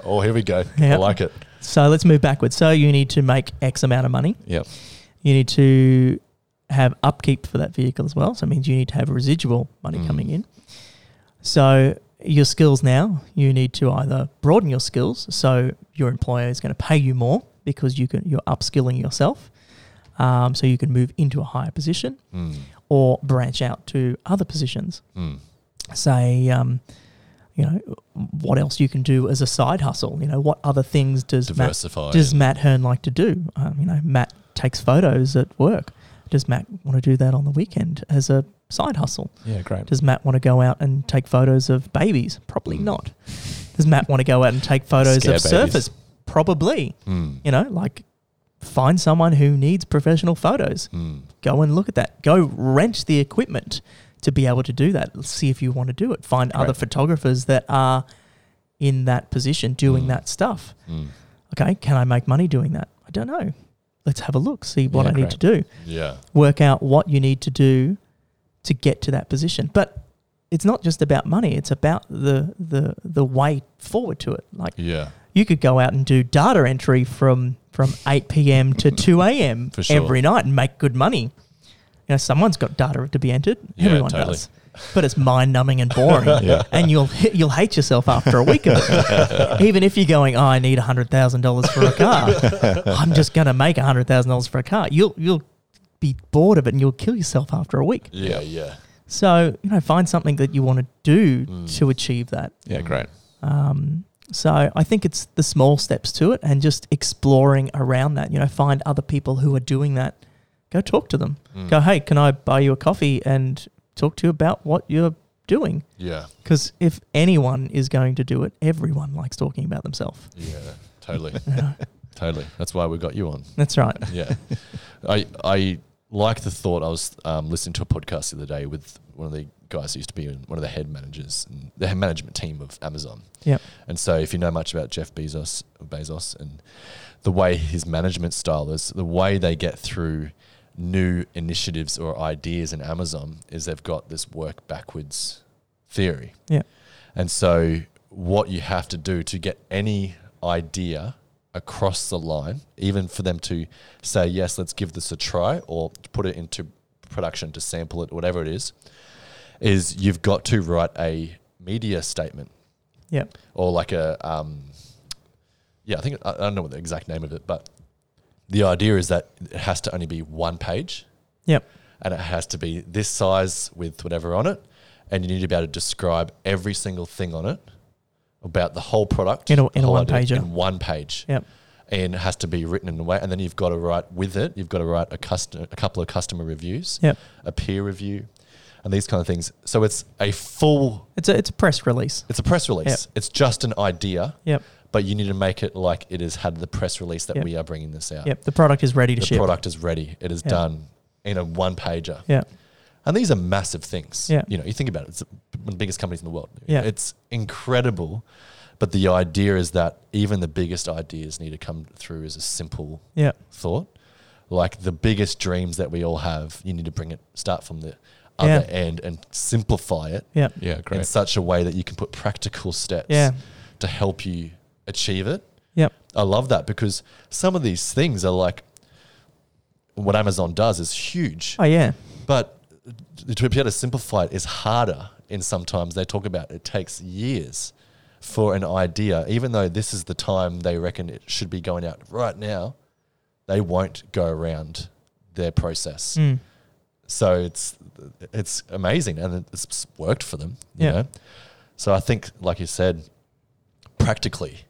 S1: oh, here we go. I
S3: Yeah.
S1: like it.
S3: so let's move backwards. So you need to make X amount of money.
S2: yep.
S3: you need to have upkeep for that vehicle as well. So it means you need to have residual money
S1: Mm.
S3: coming in. So your skills now, you need to either broaden your skills, so your employer is going to pay you more because you can, you're upskilling yourself, um, so you can move into a higher position,
S1: Mm.
S3: or branch out to other positions
S1: Mm.
S3: say, um, you know, what else you can do as a side hustle. You know, what other things does Matt,
S1: Diversify
S3: does
S1: and-
S3: Matt Hearn like to do? Um, you know, Matt takes photos at work. does Matt want to do that on the weekend as a side hustle?
S2: Yeah, great.
S3: Does Matt want to go out and take photos of babies? Probably not. Does Matt want to go out and take photos
S2: Hmm. Scare
S3: of
S2: babies.
S3: surface? Probably.
S1: Mm.
S3: You know, like find someone who needs professional photos.
S1: Mm.
S3: Go and look at that. Go rent the equipment to be able to do that. Let's See if you want to do it. Find other
S2: Correct.
S3: photographers that are in that position doing
S2: Hmm.
S1: Mm.
S3: that stuff.
S1: Mm.
S3: Okay, can I make money doing that? I don't know. Let's have a look, see what
S2: Yeah,
S3: I need to do
S1: Yeah.
S3: work out what you need to do to get to that position. But it's not just about money, it's about the the the way forward to it. Like
S1: Yeah.
S3: you could go out and do data entry from from 8 p.m. to 2 a.m.
S1: For sure.
S3: every night and make good money. You know, someone's got data to be entered.
S1: Yeah,
S3: Everyone
S1: totally.
S3: does. But it's mind numbing and boring.
S2: Yeah.
S3: And you'll you'll hate yourself after a week of it. Even if you're going, oh, I need $100,000 for a car. I'm just going to make $100,000 for a car. You'll you'll be bored of it and you'll kill yourself after a week.
S1: Yeah. Yeah.
S3: So, you know, find something that you want to do
S1: Mm.
S3: to achieve that.
S2: Yeah, great.
S3: Um, so I think it's the small steps to it and just exploring around that. You know, find other people who are doing that. Go talk to them.
S1: Mm.
S3: Go, hey, can I buy you a coffee and talk to you about what you're doing?
S1: Yeah.
S3: Because if anyone is going to do it, everyone likes talking about themselves.
S1: Yeah. Totally.
S3: You know?
S1: totally. That's why we got you on.
S3: That's right.
S1: yeah. I I like the thought. I was um, listening to a podcast the other day with one of the guys who used to be one of the head managers, and the head management team of Amazon.
S3: Yep.
S1: And so, if you know much about Jeff Bezos, Bezos, and the way his management style is, the way they get through new initiatives or ideas in Amazon is they've got this work backwards theory.
S3: Yeah.
S1: And so, what you have to do to get any idea across the line, even for them to say, yes, let's give this a try or to put it into production to sample it, whatever it is, is you've got to write a media statement
S3: Yeah.
S1: or like a, um, yeah, I think, I I don't know what the exact name of it, but the idea is that it has to only be one page
S3: Yep.
S1: and it has to be this size with whatever on it. And you need to be able to describe every single thing on it about the whole product
S3: In a-
S1: the
S3: in a
S1: whole
S3: one
S1: idea
S3: pager.
S1: In one page.
S3: Yep.
S1: And it has to be written in a way. And then you've got to write with it, you've got to write a, custom, a couple of customer reviews,
S3: Yep.
S1: a peer review, and these kind of things. So it's a full,
S3: It's a, it's a press release.
S1: it's a press release.
S3: Yep.
S1: It's just an idea,
S3: Yep.
S1: but you need to make it like it has had the press release that
S3: Yep.
S1: we are bringing this out.
S3: Yep. The product is ready to
S1: The
S3: ship.
S1: product is ready, it is
S3: Yeah.
S1: done in a one pager.
S3: Yeah.
S1: And these are massive things.
S3: Yeah.
S1: You know, you think about it, it's one of the biggest companies in the world.
S3: Yeah.
S1: It's incredible. But the idea is that even the biggest ideas need to come through as a simple
S3: Yeah.
S1: thought. Like the biggest dreams that we all have, you need to bring it, start from the other end and simplify it
S3: Yeah.
S2: Yeah,
S1: in
S2: great.
S1: such a way that you can put practical steps
S3: Yeah.
S1: to help you achieve it.
S3: Yep.
S1: I love that because some of these things are like what Amazon does is huge.
S3: Oh, yeah.
S1: But to be able to simplify it is harder. And sometimes they talk about it takes years for an idea, even though this is the time they reckon it should be going out right now, they won't go around their process.
S3: Mm.
S1: So it's it's amazing, and it's worked for them. You
S3: Yeah.
S1: know? So I think, like you said, practically,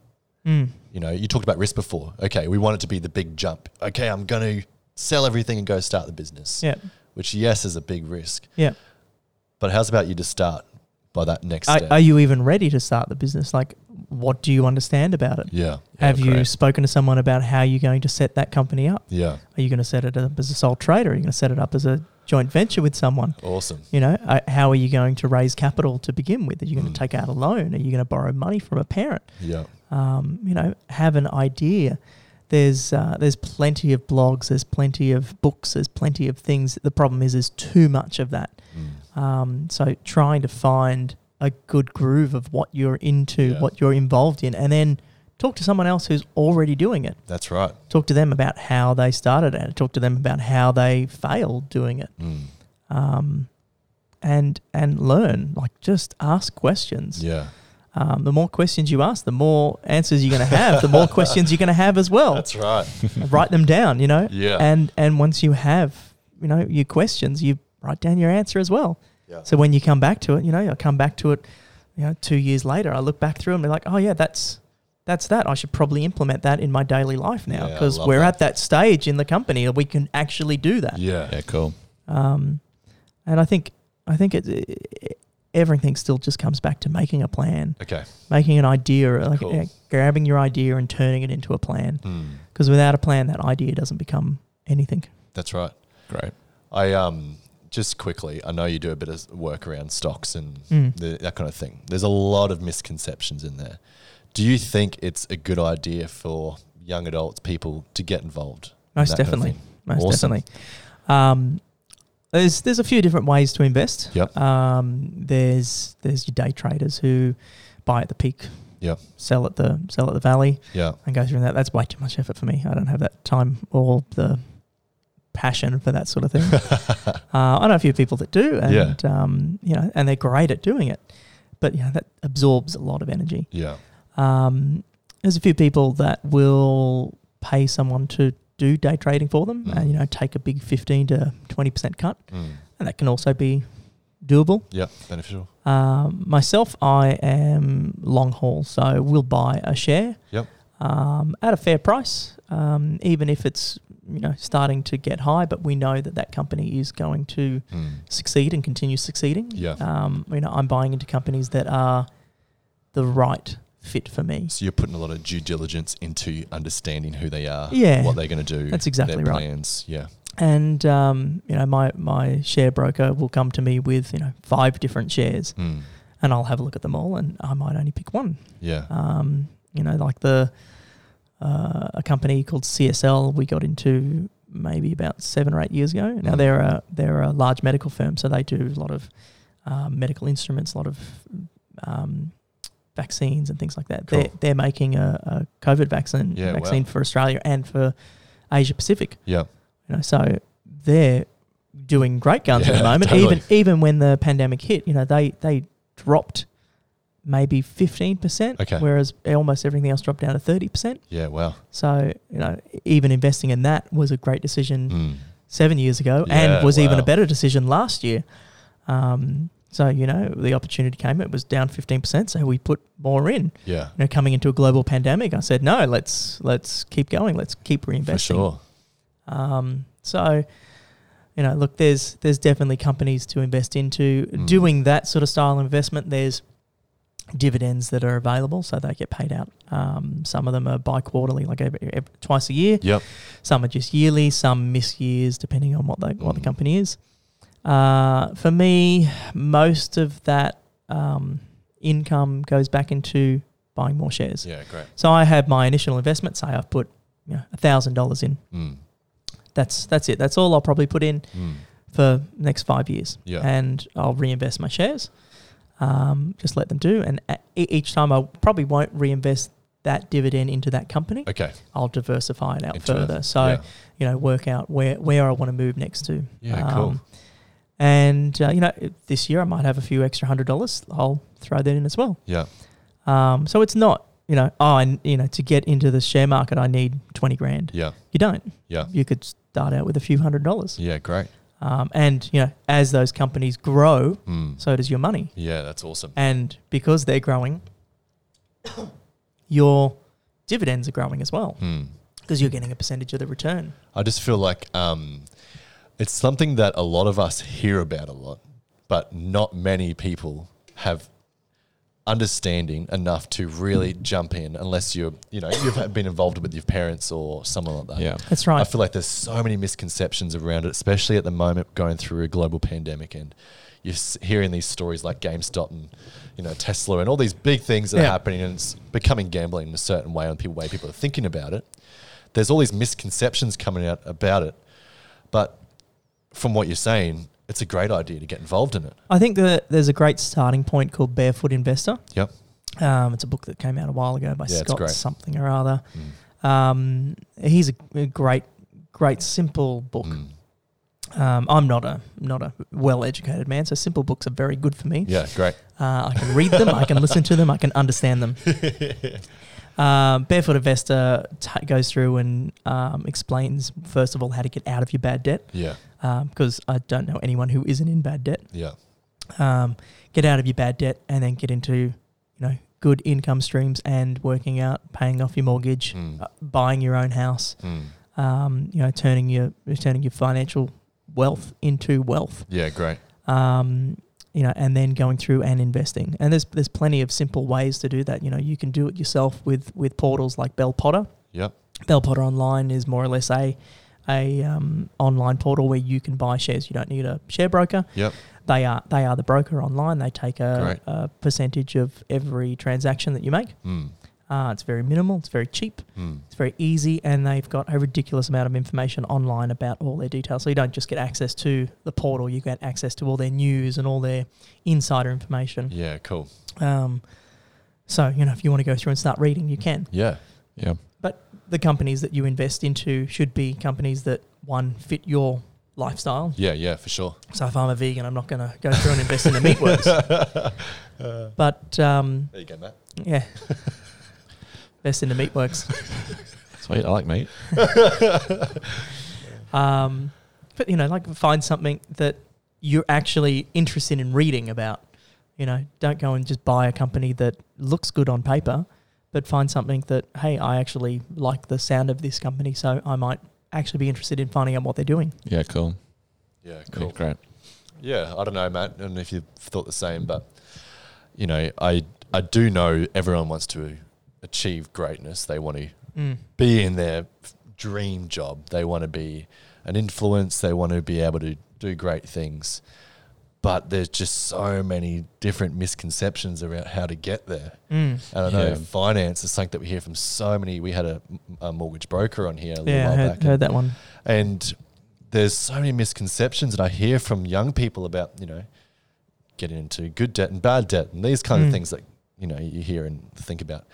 S3: Mm.
S1: you know, you talked about risk before. Okay, we want it to be the big jump. Okay, I'm going to sell everything and go start the business
S3: Yeah.
S1: which yes is a big risk.
S3: Yeah.
S1: But how's about you to start by that next
S3: Are,
S1: step?
S3: are you even ready to start the business? Like, what do you understand about it?
S1: yeah,
S3: Have you
S2: correct.
S3: spoken to someone about how you're going to set that company up?
S1: yeah,
S3: Are you going to set it up as a sole trader? Are you going to set it up as a joint venture with someone?
S1: awesome.
S3: You know, uh, how are you going to raise capital to begin with? Are you going
S1: Mm.
S3: to take out a loan? Are you going to borrow money from a parent?
S1: Yeah,
S3: Um, you know, have an idea. There's uh, there's plenty of blogs. There's plenty of books. There's plenty of things. The problem is, there's too much of that.
S1: Mm.
S3: Um, so trying to find a good groove of what you're into,
S1: Yeah.
S3: what you're involved in, and then talk to someone else who's already doing it.
S1: that's right.
S3: Talk to them about how they started it. Talk to them about how they failed doing it.
S1: Mm.
S3: Um, and and learn like just ask questions.
S1: Yeah,
S3: Um, the more questions you ask, the more answers you're going to have. the more questions you're going to have as well.
S1: that's right.
S3: write them down. You know.
S1: Yeah,
S3: And and once you have you know your questions, you write down your answer as well.
S1: yeah,
S3: So when you come back to it, you know, I come back to it, you know, two years later, I look back through and be like, oh yeah, that's that's that. I should probably implement that in my daily life now
S1: Yeah, I
S3: because
S1: love
S3: we're
S1: that.
S3: at that stage in the company that we can actually do that.
S1: Yeah.
S2: Yeah, cool.
S3: Um, and I think I think it, it, everything still just comes back to making a plan,
S1: Okay.
S3: making an idea, like
S1: Cool.
S3: uh, grabbing your idea and turning it into a plan.
S1: Hmm.
S3: Because without a plan, that idea doesn't become anything.
S1: That's right.
S2: Great.
S1: I um just quickly, I know you do a bit of work around stocks and
S3: Mm.
S1: the, that kind of thing. There's a lot of misconceptions in there. Do you think it's a good idea for young adults, people, to get involved? in
S3: Most
S1: that kind of
S3: definitely.
S1: thing?
S3: Most
S1: Awesome.
S3: definitely. Um, there's there's a few different ways to invest.
S1: Yep.
S3: Um, there's there's your day traders who buy at the peak.
S1: Yep.
S3: Sell at the sell at the valley.
S1: Yeah.
S3: and go through that. That's way too much effort for me. I don't have that time or the passion for that sort of thing. uh, I know a few people that do, and
S1: Yeah.
S3: um, you know, and they're great at doing it, but you know that absorbs a lot of energy.
S1: Yeah.
S3: Um, there's a few people that will pay someone to do day trading for them,
S1: Mm.
S3: and you know, take a big fifteen to twenty percent cut,
S1: Mm.
S3: and that can also be doable.
S1: Yeah. Beneficial.
S3: Um, myself, I am long haul, so we'll buy a share
S1: Yep.
S3: um, at a fair price, um, even if it's you know starting to get high. But we know that that company is going to
S1: Mm.
S3: succeed and continue succeeding.
S1: Yeah.
S3: Um, you know, I'm buying into companies that are the right fit for me.
S1: So you're putting a lot of due diligence into understanding who they are,
S3: Yeah.
S1: what they're going to do.
S3: That's exactly
S1: their
S3: right.
S1: Plans. Yeah.
S3: And um, you know, my my share broker will come to me with you know five different shares,
S1: Mm.
S3: and I'll have a look at them all, and I might only pick one.
S1: Yeah.
S3: um, you know, like the uh, a company called CSL we got into maybe about seven or eight years ago. Now
S1: Mm.
S3: they're a they're a large medical firm, so they do a lot of um, medical instruments, a lot of um, vaccines and things like that. They're
S1: Cool.
S3: they're making a, a COVID vaccine
S1: Yeah, wow.
S3: vaccine for Australia and for Asia Pacific.
S1: yeah.
S3: You know, so they're doing great guns at
S1: Yeah,
S3: the moment.
S1: totally.
S3: Even even when the pandemic hit, you know, they they dropped maybe fifteen percent,
S1: Okay.
S3: whereas almost everything else dropped down to thirty percent.
S1: Yeah. Wow.
S3: So you know, even investing in that was a great decision
S1: Mm.
S3: seven years ago,
S1: Yeah,
S3: and was even
S1: wow.
S3: a better decision last year. Um, so you know, the opportunity came. It was down fifteen percent, so we put more in.
S1: Yeah.
S3: You know, coming into a global pandemic, I said no. Let's let's keep going. Let's keep reinvesting.
S1: For sure.
S3: Um, so, you know, look, there's there's definitely companies to invest into
S1: Mm.
S3: doing that sort of style of investment. There's dividends that are available, so they get paid out. Um, some of them are bi quarterly, like every, every, twice a year.
S1: Yep.
S3: Some are just yearly. Some miss years, depending on what the what the
S1: Mm.
S3: company is. Uh, for me, most of that um, income goes back into buying more shares.
S1: Yeah. Great.
S3: So I have my initial investment. Say I've put you know thousand dollars in
S1: Mm.
S3: that's that's it. That's all I'll probably put in
S1: Mm.
S3: for next five years,
S1: Yeah.
S3: and I'll reinvest my shares. Um, just let them do, and a- e- each time I probably won't reinvest that dividend into that company.
S1: Okay.
S3: I'll diversify it out
S1: Into it.
S3: further. So
S1: yeah.
S3: you know, work out where where I want to move next to.
S1: Yeah, cool.
S3: um, And uh, you know, this year I might have a few extra hundred dollars. I'll throw that in as well.
S1: Yeah.
S3: Um, so it's not you know, oh, and you know, to get into the share market, I need twenty grand.
S1: Yeah.
S3: You don't.
S1: Yeah.
S3: You could start out with a few hundred dollars.
S1: Yeah. Great.
S3: Um, and you know, as those companies grow,
S1: Mm.
S3: so does your money.
S1: Yeah. That's awesome.
S3: And because they're growing, your dividends are growing as well
S1: Mm.
S3: because you're getting a percentage of the return.
S1: I just feel like um, it's something that a lot of us hear about a lot, but not many people have understanding enough to really jump in unless you're, you know, you've been involved with your parents or someone like that.
S2: Yeah.
S3: That's
S1: I
S3: right.
S1: feel like there's so many misconceptions around it, especially at the moment going through a global pandemic and you're s- hearing these stories like GameStop and you know Tesla and all these big things that are
S3: Yeah.
S1: happening and it's becoming gambling in a certain way and people way people are thinking about it. There's all these misconceptions coming out about it, but from what you're saying, it's a great idea to get involved in it.
S3: I think that there's a great starting point called Barefoot Investor.
S1: Yep.
S3: Um, it's a book that came out a while ago by
S1: Yeah, it's
S3: Scott
S1: great.
S3: something or other.
S1: Mm.
S3: Um, he's a, a great, great simple book.
S1: Mm.
S3: Um, I'm not a not a well educated man, so simple books are very good for me.
S1: Yeah, great.
S3: Uh, I can read them, I can listen to them, I can understand them. Um, Barefoot Investor t- goes through and um, explains, first of all, how to get out of your bad debt,
S1: Yeah,
S3: because I don't know anyone who isn't in bad debt.
S1: yeah,
S3: Um, get out of your bad debt and then get into, you know, good income streams and working out, paying off your mortgage,
S1: Mm.
S3: uh, buying your own house,
S1: Mm.
S3: um, you know, turning your turning your financial wealth into wealth.
S1: Yeah, great.
S3: Um, you know, and then going through and investing. And there's there's plenty of simple ways to do that. You know, you can do it yourself with with portals like Bell Potter.
S1: Yep.
S3: Bell Potter Online is more or less a a um, online portal where you can buy shares. You don't need a share broker.
S1: Yep.
S3: They are they are the broker online. They take a,
S1: Great.
S3: a percentage of every transaction that you make.
S1: Mm.
S3: Uh, it's very minimal. It's very cheap.
S1: Mm.
S3: It's very easy, and they've got a ridiculous amount of information online about all their details. So you don't just get access to the portal; you get access to all their news and all their insider information.
S1: Yeah, cool.
S3: Um, so you know, if you want to go through and start reading, you can.
S1: Yeah.
S2: Yeah.
S3: The companies that you invest into should be companies that one fit your lifestyle.
S1: Yeah, yeah, for sure.
S3: So if I'm a vegan, I'm not going to go through and invest in a meatworks.
S1: Uh,
S3: But um,
S1: there you go, Matt.
S3: yeah, invest in the meatworks.
S2: Sweet. I like meat.
S3: Um, but you know, like find something that you're actually interested in reading about. You know, don't go and just buy a company that looks good on paper, but find something that hey, I actually like the sound of this company, so I might actually be interested in finding out what they're doing.
S2: Yeah, cool.
S1: Yeah,
S2: Cool.
S1: cool.
S2: great.
S1: Yeah, I don't know, Matt, and if you thought the same, but you know, I I do know everyone wants to achieve greatness. They want to be in their f- dream job. They want to be an influence. They want to be able to do great things. But there's just so many different misconceptions around how to get there.
S3: Mm.
S1: And I know
S2: Yeah.
S1: finance is something that we hear from so many. We had a, a mortgage broker on here a little
S3: Yeah, I
S1: while
S3: heard,
S1: back,
S3: heard that one.
S1: and there's so many misconceptions that I hear from young people about you know getting into good debt and bad debt and these kind
S3: Mm.
S1: of things that you know you hear and think about.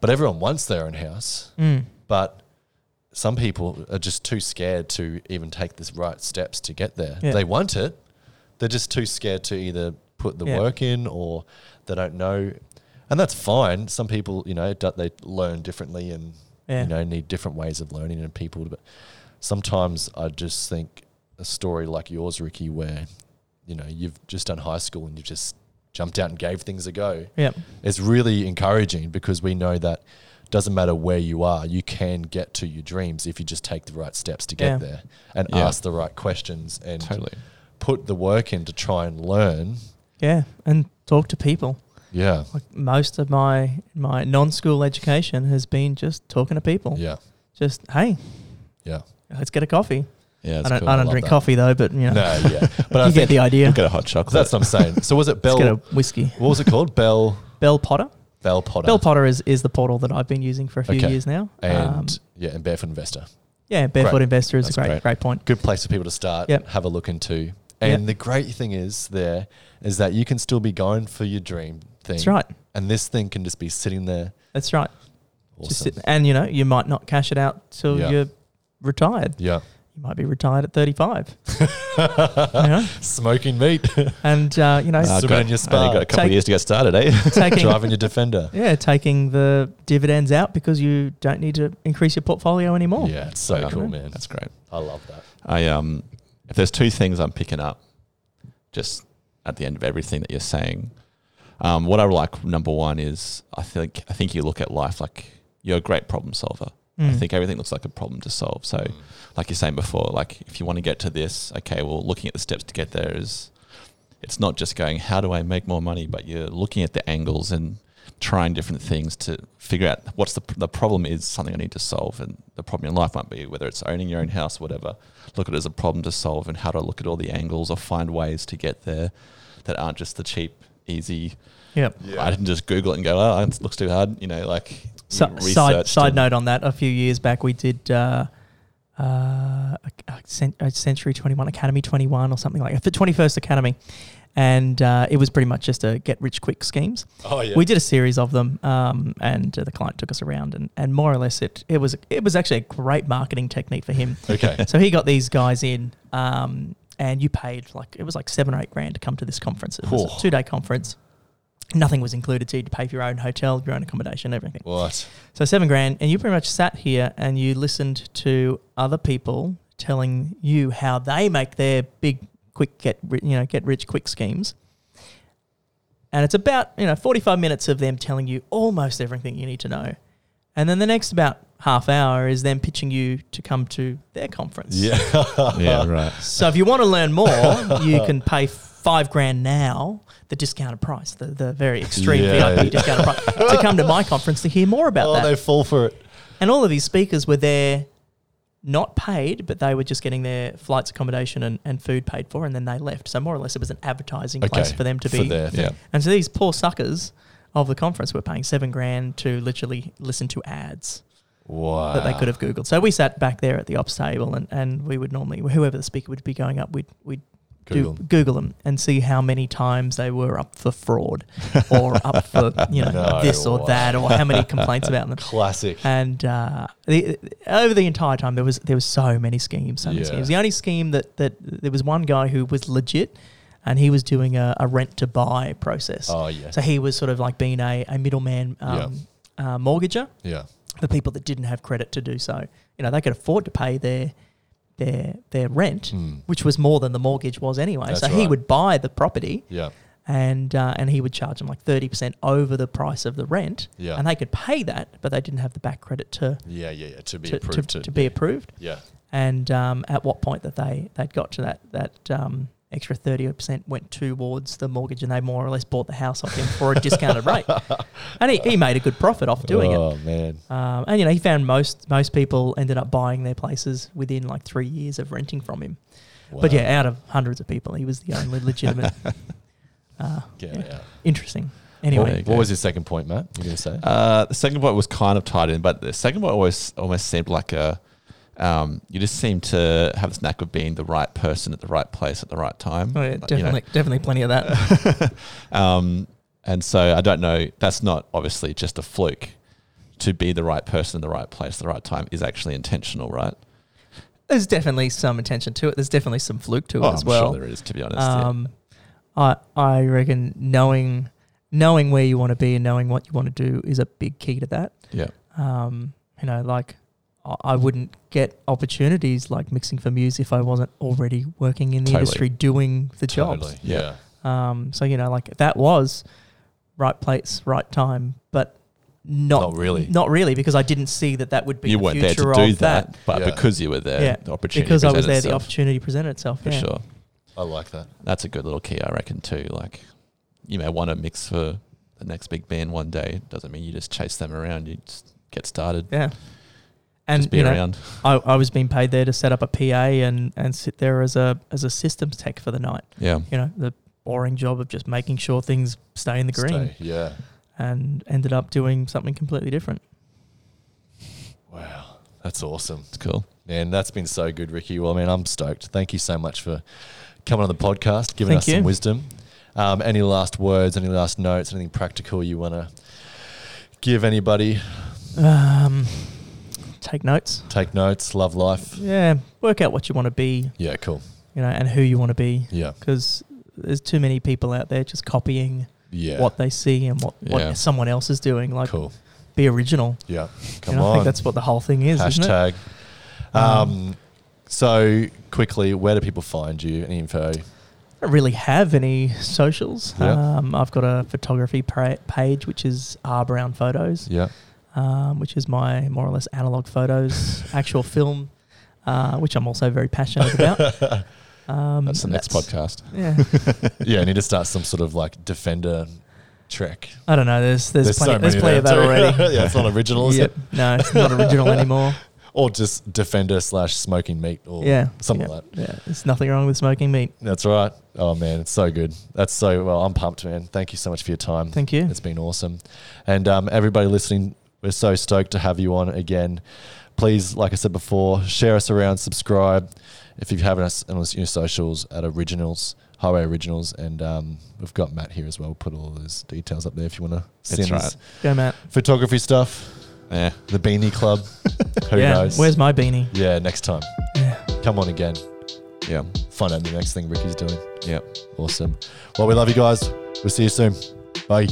S1: But everyone wants their own house,
S3: Mm.
S1: but some people are just too scared to even take the right steps to get there.
S3: Yeah.
S1: They want it, they're just too scared to either put the
S3: Yeah.
S1: work in or they don't know. And that's fine. Some people, you know, do- they learn differently and
S3: Yeah.
S1: you know need different ways of learning and people. But sometimes I just think a story like yours, Ricky, where you know you've just done high school and you've just jumped out and gave things a go
S3: Yep.
S1: it's really encouraging because we know that doesn't matter where you are, you can get to your dreams if you just take the right steps to get
S3: Yeah.
S1: there and
S2: Yeah.
S1: ask the right questions and
S2: Totally.
S1: put the work in to try and learn.
S3: Yeah, and talk to people.
S1: Yeah.
S3: Like most of my my non-school education has been just talking to people.
S1: Yeah.
S3: Just hey,
S1: Yeah.
S3: let's get a coffee.
S2: Yeah,
S3: I
S2: it's
S3: don't,
S2: cool.
S3: I don't
S1: love
S3: drink
S1: that.
S3: coffee though, but you know,
S1: No, yeah. But
S3: you
S1: I
S3: get
S1: think
S3: the idea.
S2: Get a hot chocolate.
S1: that's what I'm saying. So was it
S3: Let's get a
S1: Bell
S3: whiskey.
S1: what was it called? Bell
S3: Bell Potter.
S1: Bell Potter.
S3: Bell Potter is, is the portal that I've been using for a few
S1: Okay.
S3: years now. Um,
S1: and yeah, and Barefoot Investor.
S3: yeah, Barefoot
S1: great.
S3: Investor is
S2: That's
S3: a great,
S2: great.
S3: great point.
S1: Good place for people to start,
S3: Yep.
S1: have a look into. And
S3: Yep.
S1: the great thing is there is that you can still be going for your dream thing.
S3: That's right.
S1: And this thing can just be sitting there.
S3: That's right.
S1: Awesome.
S3: Just sit, and you know, you might not cash it out till
S1: Yeah.
S3: you're retired.
S1: Yeah.
S3: You might be retired at 35. you
S1: Ah.
S3: know?
S1: Smoking meat.
S3: And uh, you know,
S1: Nah,
S2: I've
S1: Swimming
S2: got,
S1: in your
S2: I only
S1: spa.
S2: got a couple
S3: Take-
S2: of years to get started, eh?
S3: taking
S1: Driving your Defender.
S3: yeah, taking the dividends out because you don't need to increase your portfolio anymore.
S1: Yeah, it's so
S2: Yeah.
S1: cool, man.
S2: That's great.
S1: I love that.
S2: I um, if there's two things I'm picking up, just at the end of everything that you're saying, um, what I like number one is I think I think you look at life like you're a great problem solver. I
S3: Mm.
S2: think everything looks like a problem to solve. So,
S1: Mm.
S2: like you're saying before, like if you want to get to this, okay, well, looking at the steps to get there is, it's not just going how do I make more money, but you're looking at the angles and trying different things to figure out what's the the problem is something I need to solve, and the problem in life might be whether it's owning your own house, whatever. Look at it as a problem to solve, and how do I look at all the angles or find ways to get there that aren't just the cheap, easy
S3: Yep.
S2: I didn't just Google it and go, oh, it looks too hard. You know, like
S3: So,
S2: you
S3: side
S2: researched
S3: side
S2: and-
S3: note on that, a few years back we did uh, uh, a, a cen- a Century 21, Academy 21 or something like that, the 21st Academy. And uh, it was pretty much just a get rich quick schemes.
S1: Oh yeah.
S3: We did a series of them um, and uh, the client took us around and, and more or less it, it was it was actually a great marketing technique for him.
S1: Okay.
S3: so he got these guys in um, and you paid like, it was like seven or eight grand to come to this conference. It was
S1: Oh.
S3: a two day conference. Nothing was included, so you had to pay for your own hotel, your own accommodation, everything.
S1: what?
S3: So seven grand, and you pretty much sat here and you listened to other people telling you how they make their big, quick get, ri- you know, get rich quick schemes, And it's about, you know, 45 minutes of them telling you almost everything you need to know. And then the next about half hour is them pitching you to come to their conference.
S1: Yeah.
S2: yeah, right.
S3: So if you want to learn more, you can pay five grand now, the discounted price, the, the very extreme
S1: Yeah.
S3: VIP discounted price, to come to my conference to hear more about
S1: oh,
S3: that.
S1: they fall for it.
S3: And all of these speakers were there, not paid, but they were just getting their flights, accommodation, and, and food paid for, and then they left. So more or less, it was an advertising place for them to
S1: for
S3: be.
S1: their thing.
S2: Yeah.
S3: And so these poor suckers of the conference were paying seven grand to literally listen to ads
S1: Wow.
S3: that they could
S1: Ah.
S3: have googled. So we sat back there at the ops table, and, and we would normally whoever the speaker would be going up, we'd we'd
S1: Google
S3: do,
S1: them.
S3: Google them and see how many times they were up for fraud or up for you know
S1: No
S3: this or
S1: way.
S3: that or how many complaints about them.
S1: Classic.
S3: And uh, the, over the entire time, there was there was so many schemes, so many
S1: Yeah.
S3: schemes. The only scheme that that there was one guy who was legit, and he was doing a, a rent to buy process.
S1: Oh, yeah.
S3: So he was sort of like being a, a middleman um, uh, mortgager
S1: yeah.
S3: the people that didn't have credit to do so. You know, they could afford to pay their their their rent,
S1: Hmm.
S3: which was more than the mortgage was anyway.
S1: That's
S3: so he
S1: right.
S3: would buy the property
S1: Yeah.
S3: and uh, and he would charge them like thirty percent over the price of the rent,
S1: Yeah.
S3: and they could pay that, but they didn't have the back credit to
S1: Yeah. Yeah. Yeah. To be
S3: to, to,
S1: approved. To,
S3: to be approved.
S1: yeah.
S3: And um, at what point that they they'd got to that that. Um, Extra thirty percent went towards the mortgage, and they more or less bought the house off him for a discounted rate. And he, he made a good profit off doing it.
S1: oh, man.
S3: Um, and you know, he found most most people ended up buying their places within like three years of renting from him. But
S1: Wow.
S3: yeah, out of hundreds of people, he was the only legitimate. uh,
S1: Get
S3: yeah.
S1: out.
S3: Interesting.
S2: Okay.
S3: Anyway,
S1: What was your second point, Matt? You going to say?
S2: Uh, the second point was kind of tied in, but the second point always almost seemed like a. Um, you just seem to have this knack of being the right person at the right place at the right time.
S3: oh, yeah,
S2: Like,
S3: definitely,
S2: you know,
S3: definitely plenty of that.
S2: um, and so I don't know. That's not obviously just a fluke. To be the right person in the right place at the right time is actually intentional, right?
S3: There's definitely some attention to it. There's definitely some fluke to it as
S2: Oh, I'm
S3: well.
S2: sure there is, to be honest. yeah.
S3: Um, I I reckon knowing knowing where you want to be and knowing what you want to do is a big key to that.
S2: Yeah.
S3: Um, you know, like I- I wouldn't get opportunities like mixing for Muse if I wasn't already working in the
S2: Totally.
S3: industry doing the jobs.
S1: Totally. Yeah.
S3: Um, so you know, like that was right place, right time, but not,
S1: Not really.
S3: not really, because I didn't see that that would be
S2: You
S3: the
S2: weren't there to
S3: future
S2: do
S3: of
S2: that, but
S1: Yeah.
S2: because you were there,
S3: Yeah,
S2: the opportunity
S3: because I was there,
S2: presented
S3: the
S2: itself,
S3: opportunity presented itself.
S2: for
S3: yeah.
S2: sure.
S1: I like that.
S2: That's a good little key, I reckon, too. Like, you may want to mix for the next big band one day. Doesn't mean you just chase them around. You just get started,
S3: Yeah. And
S2: just be
S3: you know,
S2: around.
S3: I, I was being paid there to set up a PA and, and sit there as a as a systems tech for the night.
S2: Yeah,
S3: You know, the boring job of just making sure things stay in the green.
S1: Stay. Yeah.
S3: and ended up doing something completely different.
S1: Wow. That's awesome.
S2: it's cool.
S1: Man, that's been so good, Ricky. Well, I mean, I'm stoked. Thank you so much for coming on the podcast, giving
S3: Thank
S1: us
S3: you.
S1: some wisdom. Um, any last words, any last notes, anything practical you want to give anybody?
S3: Um, take notes.
S1: Take notes, love life.
S3: Yeah, work out what you want to be,
S1: Yeah, cool.
S3: you know, and who you want to be,
S1: Yeah,
S3: because there's too many people out there just copying
S1: yeah.
S3: what they see and what,
S2: Yeah.
S3: what someone else is doing. Like,
S1: cool.
S3: be original.
S1: Yeah,
S3: You
S1: come
S3: know, I
S1: on.
S3: think that's what the whole thing is, isn't it?
S1: Hashtag. Um, so quickly, where do people find you? Any info?
S3: I don't really have any socials.
S1: Yeah.
S3: Um, I've got a photography pra- page, which is R Brown Photos.
S1: Yeah,
S3: um, which is my more or less analog photos, actual film, uh, which I'm also very passionate about. Um,
S2: That's the next podcast.
S3: Yeah,
S1: yeah. I need to start some sort of like defender trek.
S3: I don't know. There's there's,
S1: so
S3: plenty, there's
S1: many
S3: plenty of that
S1: there too.
S3: already.
S1: yeah, it's not original. Is
S3: Yeah.
S1: it?
S3: No, it's not original anymore.
S1: or just defender slash smoking meat or
S3: Yeah,
S1: something
S3: yeah,
S1: like that.
S3: Yeah, there's nothing wrong with smoking meat.
S1: That's right. Oh man, it's so good. That's so well. I'm pumped, man. Thank you so much for your time.
S3: Thank you.
S1: It's been awesome, and um, everybody listening, we're so stoked to have you on again. Please, like I said before, share us around, subscribe if you haven't us on your socials at Originals Highway Originals, and um, we've got Matt here as well. Put all those details up there if you want to
S2: That's
S1: send us
S2: right.
S3: Go, Matt.
S1: photography stuff,
S2: Yeah.
S1: the Beanie Club. Who
S3: yeah,
S1: knows?
S3: where's my beanie?
S1: yeah, next time.
S3: Yeah.
S1: Come on again.
S2: Yeah.
S1: Find out the next thing Ricky's doing.
S2: Yeah.
S1: Awesome. Well, we love you guys. We'll see you soon. Bye.